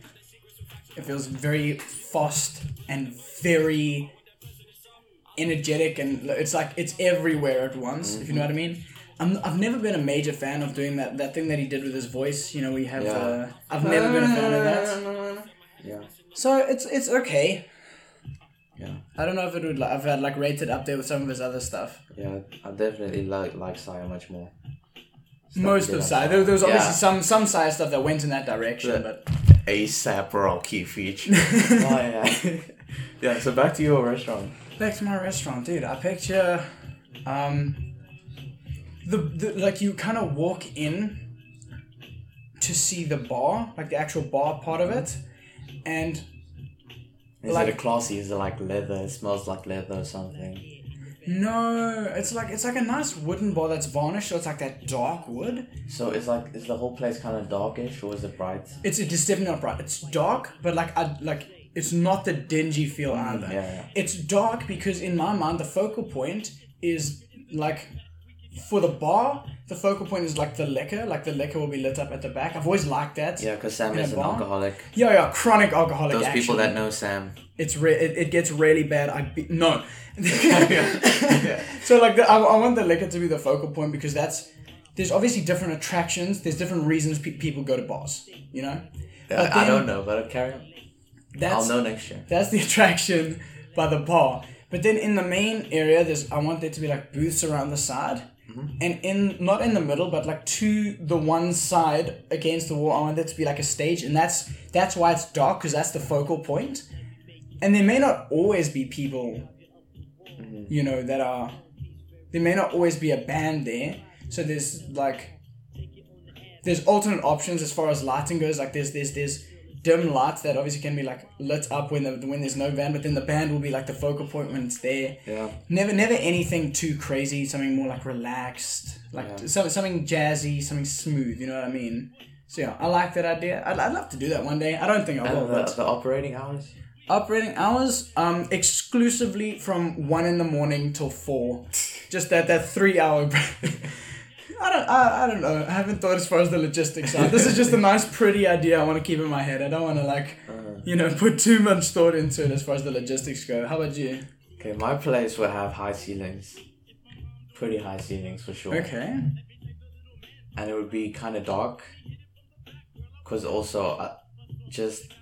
Speaker 2: It feels very fast and very energetic, and it's like it's everywhere at once. If you know what I mean. I'm, I've never been a major fan of doing that that thing that he did with his voice. You know, we have.
Speaker 1: Yeah.
Speaker 2: Uh, I've never been a fan of that.
Speaker 1: Yeah.
Speaker 2: So it's it's okay.
Speaker 1: Yeah.
Speaker 2: I don't know if it would. Like, I've had like rated up there with some of his other stuff.
Speaker 1: Yeah, I definitely like like Sire much more.
Speaker 2: Most of Psy. There, there was obviously
Speaker 1: Yeah.
Speaker 2: some some Psy stuff that went in that direction,
Speaker 1: Yeah.
Speaker 2: but
Speaker 1: ASAP Rocky feature. oh yeah. yeah. So back to your restaurant.
Speaker 2: back to my restaurant, dude. I picture, um, the, the like you kind of walk in to see the bar, like the actual bar part of it, and
Speaker 1: Is
Speaker 2: Like-
Speaker 1: it a classy? Is it like leather? It smells like leather or something.
Speaker 2: no, it's like it's like a nice wooden bar that's varnished, so it's like that dark wood.
Speaker 1: So it's like is the whole place kind of darkish or is it bright?
Speaker 2: It's it's definitely not bright. It's dark, but like I like it's not the dingy feel either.
Speaker 1: Mm, yeah, yeah.
Speaker 2: It's dark because in my mind the focal point is like for the bar, the focal point is like the liquor. Like the liquor will be lit up at the back. I've always liked that.
Speaker 1: Yeah, because Sam
Speaker 2: In a
Speaker 1: is an
Speaker 2: bar?
Speaker 1: alcoholic.
Speaker 2: Yeah, yeah, chronic alcoholic.
Speaker 1: Those
Speaker 2: actually.
Speaker 1: people that know Sam.
Speaker 2: it's re- it, it gets really bad. I be- no. so like the, I, I want the liquor to be the focal point because that's there's obviously different attractions. There's different reasons pe- people go to bars. You know. But
Speaker 1: I
Speaker 2: then
Speaker 1: don't know, but I'll carry on. I'll
Speaker 2: That's
Speaker 1: know next year.
Speaker 2: That's the attraction by the bar. But then in the main area, there's I want there to be like booths around the side, and in not in the middle, but like to the one side against the wall. I want there to be like a stage, and that's that's why it's dark because that's the focal point. And there may not always be people, you know, that are. There may not always be a band there, so there's like there's alternate options as far as lighting goes. Like there's there's there's dim lights that obviously can be like lit up when the, when there's no band, but then the band will be like the focal point when it's there.
Speaker 1: Yeah.
Speaker 2: Never, never anything too crazy. Something more like relaxed, like
Speaker 1: Yeah.
Speaker 2: some, something jazzy, something smooth. You know what I mean? So yeah, I like that idea. I'd, I'd love to do that one day. I don't think I will.
Speaker 1: And the,
Speaker 2: But
Speaker 1: the operating hours?
Speaker 2: operating hours, um, exclusively from one in the morning till four. Just that that three hour break. I don't, I, I don't know. I haven't thought as far as the logistics are. This is just a nice, pretty idea I want to keep in my head. I don't want to like, you know, put too much thought into it as far as the logistics go. How about you?
Speaker 1: Okay, my place will have high ceilings. Pretty high ceilings for sure.
Speaker 2: Okay.
Speaker 1: and it would be kind of dark because also uh, just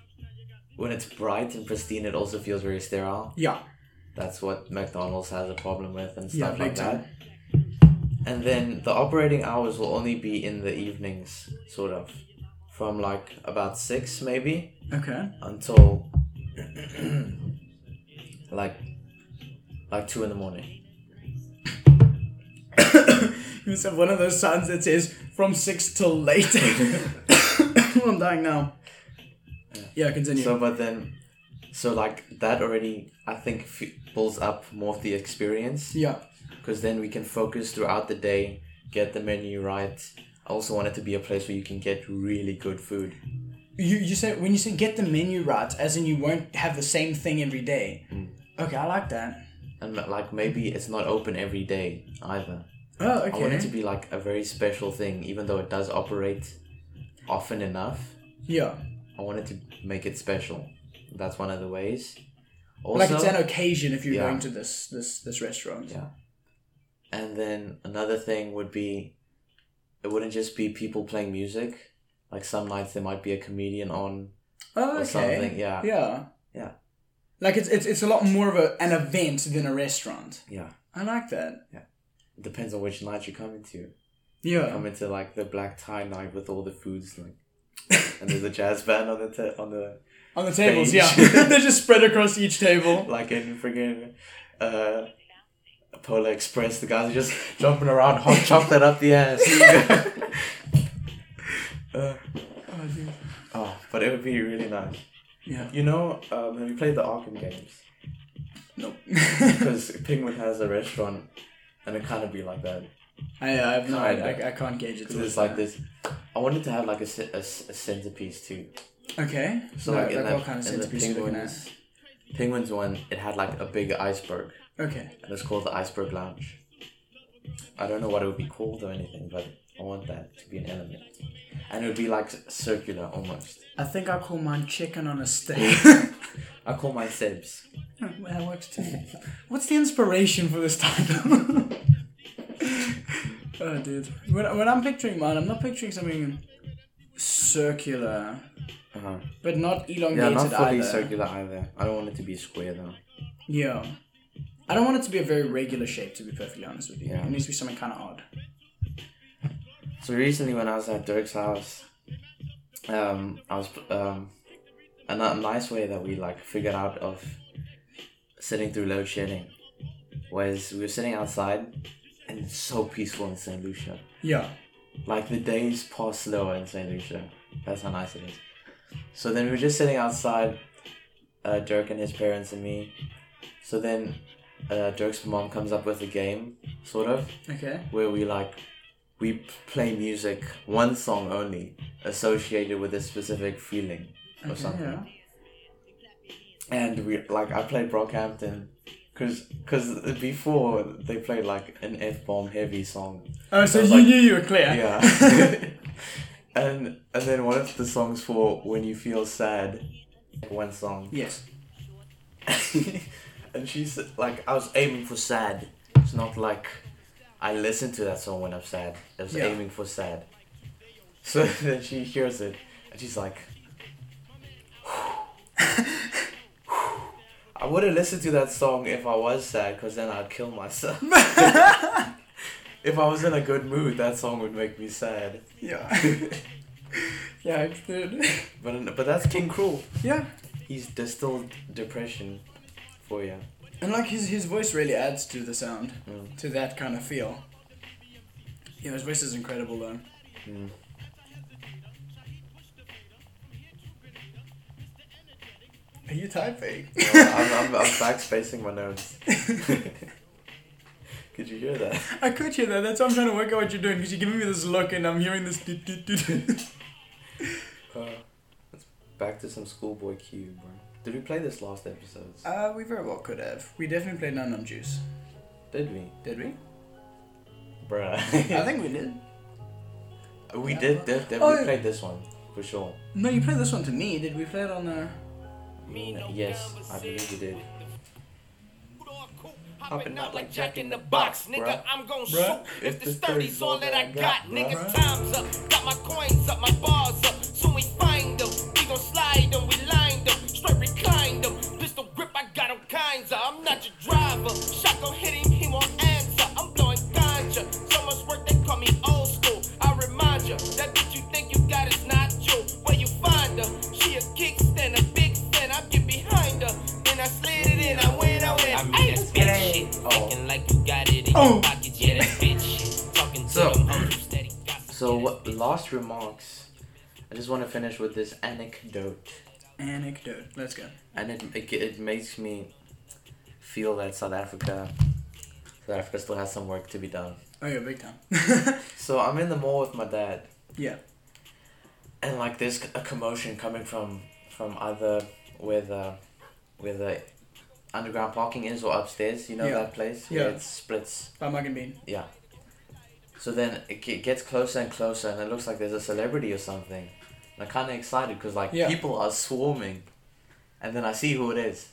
Speaker 1: when it's bright and pristine it also feels very sterile
Speaker 2: Yeah.
Speaker 1: that's what mcdonald's has a problem with and
Speaker 2: Yeah,
Speaker 1: stuff
Speaker 2: big
Speaker 1: like that and then the operating hours will only be in the evenings sort of from like about six maybe
Speaker 2: Okay.
Speaker 1: until like like two in the morning
Speaker 2: You have one of those signs that says from six till late. I'm dying now. Yeah, continue.
Speaker 1: So, but then, so like that already, I think f- pulls up more of the experience
Speaker 2: yeah.
Speaker 1: because then we can focus throughout the day, get the menu right. I also want it to be a place where you can get really good food.
Speaker 2: You you say when you say get the menu right, as in you won't have the same thing every day.
Speaker 1: Mm.
Speaker 2: Okay, I like that.
Speaker 1: And like maybe it's not open every day either.
Speaker 2: Oh,
Speaker 1: I want it to
Speaker 2: okay.
Speaker 1: be like a very special thing, even though it does operate often enough.
Speaker 2: Yeah,
Speaker 1: I want it to make it special. That's one of the ways. Also,
Speaker 2: like it's an occasion if you're
Speaker 1: Yeah.
Speaker 2: going to this this this restaurant.
Speaker 1: Yeah. And then another thing would be it wouldn't just be people playing music. Like some nights there might be a comedian on.
Speaker 2: Oh,
Speaker 1: Or
Speaker 2: okay.
Speaker 1: something, yeah.
Speaker 2: Yeah.
Speaker 1: Yeah.
Speaker 2: Like it's it's it's a lot more of a, an event than a restaurant.
Speaker 1: Yeah.
Speaker 2: I like that.
Speaker 1: Depends on which night you come into.
Speaker 2: Yeah.
Speaker 1: Come into like the black tie night with all the foods like and there's a jazz band on the t- on the
Speaker 2: On the tables,
Speaker 1: Stage.
Speaker 2: yeah. They're just spread across each table.
Speaker 1: like in friggin' uh Polar Express, the guys are just jumping around, hot chocolate up the ass. uh,
Speaker 2: Oh, dude.
Speaker 1: oh, but it would be really nice.
Speaker 2: Yeah.
Speaker 1: You know, um, have you played the Arkham games?
Speaker 2: Nope.
Speaker 1: because Penguin has a restaurant, and it kind of be like that.
Speaker 2: I, I have no
Speaker 1: Kinda.
Speaker 2: idea. I, I can't gauge it.
Speaker 1: Because it's like this. I wanted to have like a, ce- a, ce- a centerpiece too.
Speaker 2: Okay.
Speaker 1: So
Speaker 2: like,
Speaker 1: like, in
Speaker 2: like
Speaker 1: that,
Speaker 2: what kind of
Speaker 1: in the
Speaker 2: centerpiece are we looking at?
Speaker 1: Penguins, Penguins one, it had like a big iceberg,
Speaker 2: Okay.
Speaker 1: and it's called the Iceberg Lounge. I don't know what it would be called or anything, but I want that to be an element, and it would be like c- circular almost.
Speaker 2: I think I call mine chicken on a stick.
Speaker 1: I call mine Sebs.
Speaker 2: that works too. What's the inspiration for this title? oh, dude. When, when I'm picturing mine, I'm not picturing something circular,
Speaker 1: Uh-huh.
Speaker 2: but not elongated
Speaker 1: Yeah, not fully
Speaker 2: either.
Speaker 1: circular either. I don't want it to be square though.
Speaker 2: Yeah. I don't want it to be a very regular shape, to be perfectly honest with you.
Speaker 1: Yeah.
Speaker 2: It needs to be something kind of odd.
Speaker 1: So recently, when I was at Dirk's house, um, I was um, a ni- nice way that we like figured out of sitting through load shedding was we were sitting outside and it's so peaceful in Saint Lucia.
Speaker 2: Yeah.
Speaker 1: Like the days pass slower in Saint Lucia. That's how nice it is. So then we were just sitting outside, uh, Dirk and his parents and me. So then uh, Dirk's mom comes up with a game, sort of
Speaker 2: Okay.
Speaker 1: where we like we p- play music one song only associated with a specific feeling or
Speaker 2: Okay,
Speaker 1: something
Speaker 2: yeah.
Speaker 1: and we like i played brockhampton because because before they played like an f-bomb heavy song
Speaker 2: Oh, so
Speaker 1: I was
Speaker 2: you
Speaker 1: like-
Speaker 2: knew you were clear.
Speaker 1: yeah and and then one of the songs for when you feel sad one song
Speaker 2: yes.
Speaker 1: and she's like, I was aiming for sad. It's not like I listen to that song when I'm sad. I was
Speaker 2: Yeah.
Speaker 1: aiming for sad. So then she hears it, and she's like, I wouldn't listen to that song if I was sad, because then I'd kill myself. if I was in a good mood, that song would make me sad.
Speaker 2: Yeah. yeah, dude.
Speaker 1: But but that's King Cruel.
Speaker 2: yeah.
Speaker 1: He's distilled depression for you.
Speaker 2: And like his his voice really adds to the sound,
Speaker 1: Mm.
Speaker 2: to that kind of feel. Yeah, his voice is Mm. incredible though. Are you typing?
Speaker 1: I'm, I'm, I'm backspacing my notes. Could you hear that?
Speaker 2: I could hear that. That's why I'm trying to work out what you're doing because you're giving me this look and I'm hearing this. doot, doot, doot, doot.
Speaker 1: Uh, let's back to some schoolboy Q, bro. Did we play this last episode?
Speaker 2: uh, we very well could have. We definitely played Num Num Juice.
Speaker 1: Did we?
Speaker 2: Did we?
Speaker 1: Bruh.
Speaker 2: I think we did.
Speaker 1: we did, did, did
Speaker 2: Oh,
Speaker 1: we
Speaker 2: yeah.
Speaker 1: played this one, for sure.
Speaker 2: No, you played this one to me. Did we play it on the.
Speaker 1: Yes, I believe we did.
Speaker 5: Hopping out like Jack in the box, nigga.
Speaker 1: Bruh.
Speaker 5: I'm gon' shoot.
Speaker 2: Bruh.
Speaker 5: If this 30's all that I got, nigga, time's up. Got my coins up, my bars up. Soon we find them. We gon' slide them, we lined them. Straight reclined them. Pistol grip, I got all kinds of. I'm not your driver. Shot gon' hit him, he won't answer. I'm blowing ganja. So much work, they call me old school. I remind ya, that bitch you think you got is not you. Where you find her? She a kickstand, a big fan. I get behind her. Then I slid it in, I went, I went.
Speaker 6: I mean, that's bitch shit. Thinking like you got it in
Speaker 2: Oh.
Speaker 6: your pocket, yeah, that's bitch shit. Talking to
Speaker 1: So-
Speaker 6: them hoes who steady gossip.
Speaker 1: So, what, last remarks. I just want to finish with this anecdote.
Speaker 2: Anecdote. Let's go.
Speaker 1: And it, it, it makes me feel that South Africa, South Africa still has some work to be done.
Speaker 2: Oh, yeah, big time.
Speaker 1: So, I'm in the mall with my dad.
Speaker 2: yeah.
Speaker 1: and like there's a commotion coming from from either where the where the underground parking is or upstairs you know
Speaker 2: Yeah.
Speaker 1: that place where
Speaker 2: Yeah.
Speaker 1: it splits
Speaker 2: By Mug and Bean.
Speaker 1: yeah so then it ge- gets closer and closer and it looks like there's a celebrity or something and i'm kind of excited because like
Speaker 2: Yeah.
Speaker 1: people are swarming and then i see who it is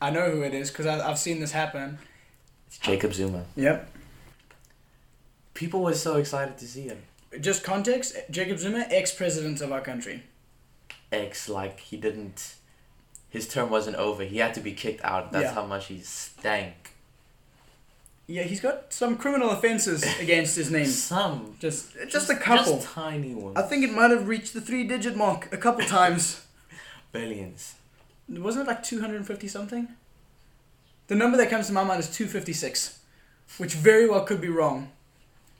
Speaker 2: I know who it is because I've seen this happen.
Speaker 1: it's jacob zuma
Speaker 2: Yep.
Speaker 1: people were so excited to see him
Speaker 2: Just context Jacob Zuma, ex president of our country.
Speaker 1: ex like he didn't his term wasn't over he had to be kicked out that's
Speaker 2: Yeah.
Speaker 1: how much he stank
Speaker 2: Yeah, he's got some criminal offenses against his name.
Speaker 1: some
Speaker 2: Just, just a couple.
Speaker 1: Just tiny ones.
Speaker 2: I think it might have reached the three digit mark a couple times.
Speaker 1: billions.
Speaker 2: Wasn't it like 250 something? The number that comes to my mind is 256, which very well could be wrong.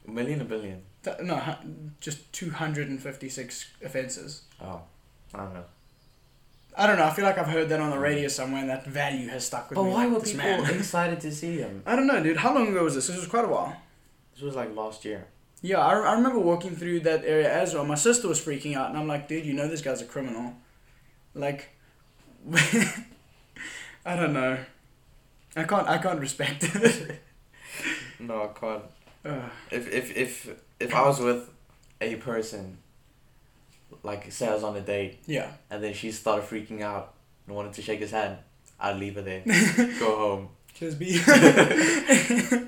Speaker 1: A million, a billion.
Speaker 2: Th- No, hu- just 256 offenses.
Speaker 1: Oh, I don't know.
Speaker 2: I don't know, I feel like I've heard that on the radio somewhere and that value has stuck with
Speaker 1: But
Speaker 2: me.
Speaker 1: why were
Speaker 2: This
Speaker 1: people
Speaker 2: man.
Speaker 1: excited to see him?
Speaker 2: I don't know, dude. How long ago was this? This was quite a while.
Speaker 1: This was like last year.
Speaker 2: Yeah, I, I remember walking through that area as well. My sister was freaking out, and I'm like, dude, you know this guy's a criminal. Like, I don't know. I can't. I can't respect it.
Speaker 1: No, I can't.
Speaker 2: Ugh.
Speaker 1: If if if if I was with a person, like say I was on a date,
Speaker 2: yeah,
Speaker 1: and then she started freaking out and wanted to shake his hand, I'd leave her there. Go home.
Speaker 2: just be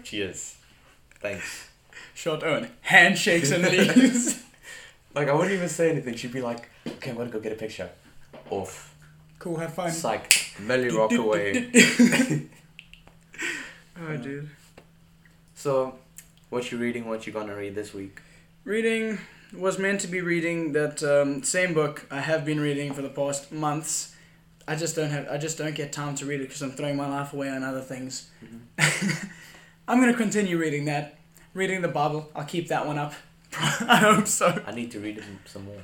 Speaker 1: Cheers. Thanks.
Speaker 2: shot on handshakes and leaves.
Speaker 1: Like I wouldn't even say anything. She'd be like, "Okay, I'm gonna go get a picture." Off.
Speaker 2: cool, have fun.
Speaker 1: It's like Melly Rock away.
Speaker 2: oh, dude.
Speaker 1: So, what you reading? What you gonna read this week?
Speaker 2: Reading was meant to be reading that um, same book I have been reading for the past months. I just don't have I just don't get time to read it because I'm throwing my life away on other things. I'm gonna continue reading that, reading the Bible. I'll keep that one up. I hope so.
Speaker 1: I need to read him some more.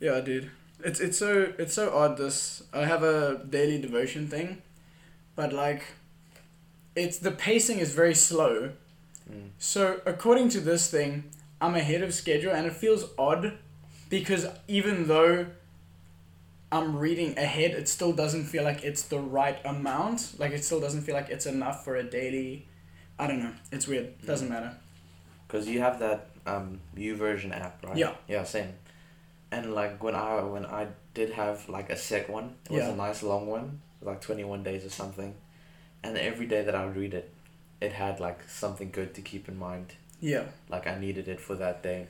Speaker 2: Yeah, dude. It's it's so it's so odd. This I have a daily devotion thing, but like, it's the pacing is very slow. So according to this thing, I'm ahead of schedule, and it feels odd, because even though I'm reading ahead, it still doesn't feel like it's the right amount. Like it still doesn't feel like it's enough for a daily. I don't know. It's weird. Doesn't matter.
Speaker 1: Cause you have that um U version app, right?
Speaker 2: Yeah.
Speaker 1: Yeah, same. And like when I when I did have like a sick one, it was
Speaker 2: Yeah.
Speaker 1: a nice long one, like twenty one days or something. And every day that I would read it, it had like something good to keep in mind.
Speaker 2: Yeah.
Speaker 1: Like I needed it for that day.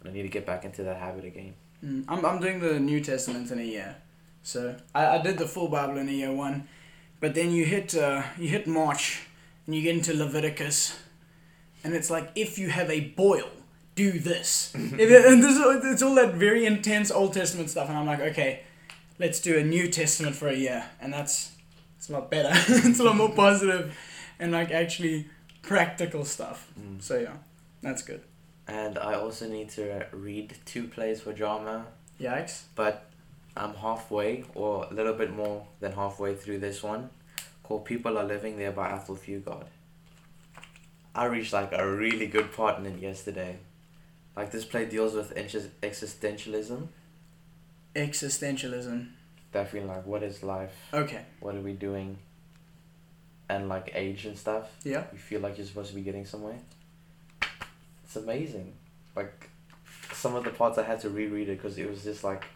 Speaker 1: And I need to get back into that habit again.
Speaker 2: Mm, I'm, I'm doing the New Testament in a year, so I, I did the full Bible in a year one, but then you hit uh, you hit March and you get into Leviticus, and it's like if you have a boil, do this. If it- and this is, all- it's all that very intense Old Testament stuff, and I'm like, okay, let's do a New Testament for a year, and that's it's a lot better. it's a lot more positive, and like actually practical stuff. So yeah, that's good.
Speaker 1: And I also need to read two plays for drama,
Speaker 2: Yikes.
Speaker 1: but I'm halfway or a little bit more than halfway through this one called People Are Living There by Athel Fugard. I reached like a really good part in it yesterday. Like this play deals with inches- existentialism.
Speaker 2: Existentialism.
Speaker 1: That feeling like what is life?
Speaker 2: Okay.
Speaker 1: What are we doing? And like age and stuff.
Speaker 2: Yeah.
Speaker 1: You feel like you're supposed to be getting somewhere. It's amazing. Like some of the parts I had to reread it because it was just like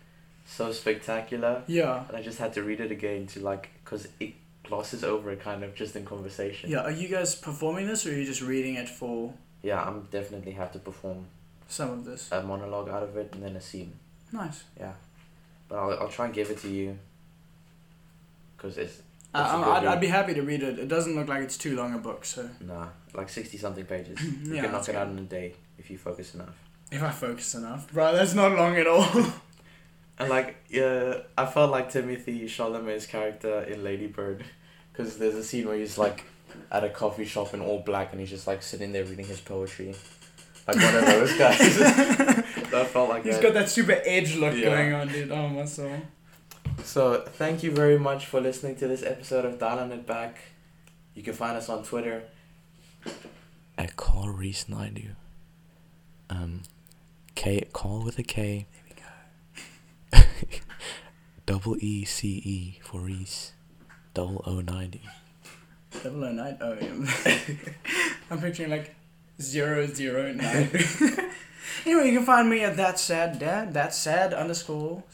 Speaker 1: so spectacular.
Speaker 2: Yeah.
Speaker 1: And I just had to read it again to like, because it glosses over it kind of just in conversation.
Speaker 2: Yeah. Are you guys performing this, or are you just reading it for
Speaker 1: Yeah, I'm definitely have to perform
Speaker 2: some of this?
Speaker 1: a monologue out of it and then a scene.
Speaker 2: Nice.
Speaker 1: But I'll, I'll try and give it to you. Because it's.
Speaker 2: I,
Speaker 1: it's a
Speaker 2: I-
Speaker 1: good
Speaker 2: I'd, I'd
Speaker 1: read.
Speaker 2: be happy to read it. It doesn't look like it's too long a book, so
Speaker 1: Nah, like 60 something pages. You
Speaker 2: Yeah,
Speaker 1: can
Speaker 2: that's
Speaker 1: knock it out
Speaker 2: good.
Speaker 1: in a day if you focus enough.
Speaker 2: if I focus enough, bro, that's not long at all.
Speaker 1: And like, yeah, I felt like Timothy Chalamet's character in Lady Bird, because there's a scene where he's like at a coffee shop in all black, and he's just like sitting there reading his poetry, like one of those guys. that felt like
Speaker 2: He's
Speaker 1: that.
Speaker 2: got that super edge look
Speaker 1: Yeah.
Speaker 2: going on, dude. Oh my soul.
Speaker 1: So thank you very much for listening to this episode of Dialing It Back. You can find us on Twitter at Carl Reese Naidu. Um, K Carl with a K. There we go. Double E C E for Reese. Double O ninety.
Speaker 2: Double O nine. Oh, yeah. I'm picturing like zero zero nine. anyway, you can find me at that sad dad. That sad underscore.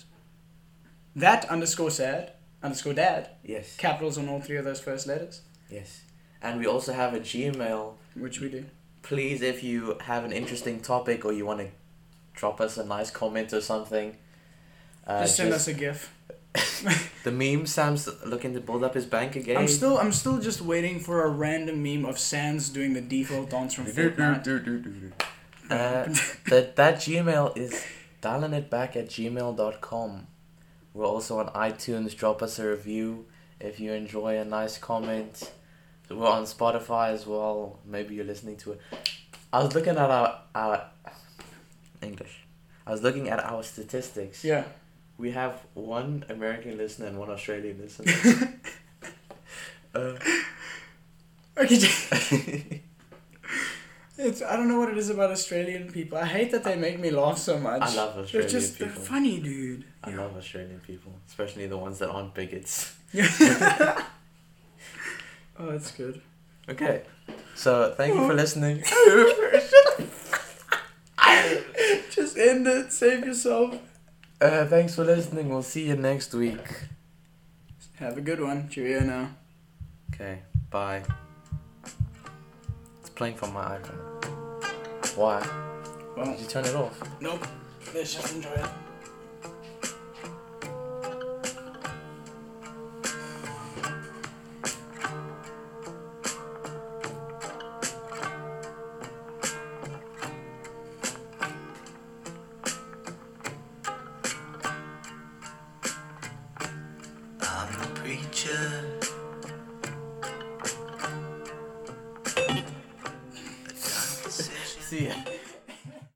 Speaker 2: That underscore sad underscore dad.
Speaker 1: Yes.
Speaker 2: Capitals on all three of those first letters,
Speaker 1: Yes. And we also have a Gmail.
Speaker 2: which we do.
Speaker 1: Please, if you have an interesting topic or you want to drop us a nice comment or something, uh,
Speaker 2: just send
Speaker 1: just-
Speaker 2: us a gif.
Speaker 1: the meme. Sam's looking to build up his bank again.
Speaker 2: I'm still, I'm still just waiting for a random meme of Sans doing the default dance from Fortnite.
Speaker 1: Uh, that that Gmail is dialingitback at gmail.com. We're also on iTunes. Drop us a review if you enjoy a nice comment. We're on Spotify as well. Maybe you're listening to it. I was looking at our, our English. I was looking at our statistics.
Speaker 2: Yeah.
Speaker 1: We have one American listener and one Australian listener. uh,
Speaker 2: Okay. It's, I don't know what it is about Australian people. I hate that they make me laugh so much.
Speaker 1: I love Australian
Speaker 2: They're just
Speaker 1: people.
Speaker 2: They're funny, dude.
Speaker 1: I love Australian people, especially the ones that aren't bigots.
Speaker 2: Yeah. oh, that's good.
Speaker 1: Okay. So thank you for listening.
Speaker 2: Just end it. Save yourself.
Speaker 1: Uh, thanks for listening. We'll see you next week.
Speaker 2: Have a good one. Cheerio now.
Speaker 1: Okay. Bye. It's playing from my iPhone. Why?
Speaker 2: Well,
Speaker 1: Did you turn it off?
Speaker 2: nope. Let's just enjoy it.
Speaker 7: I'm the preacher. The dark decision
Speaker 1: See ya.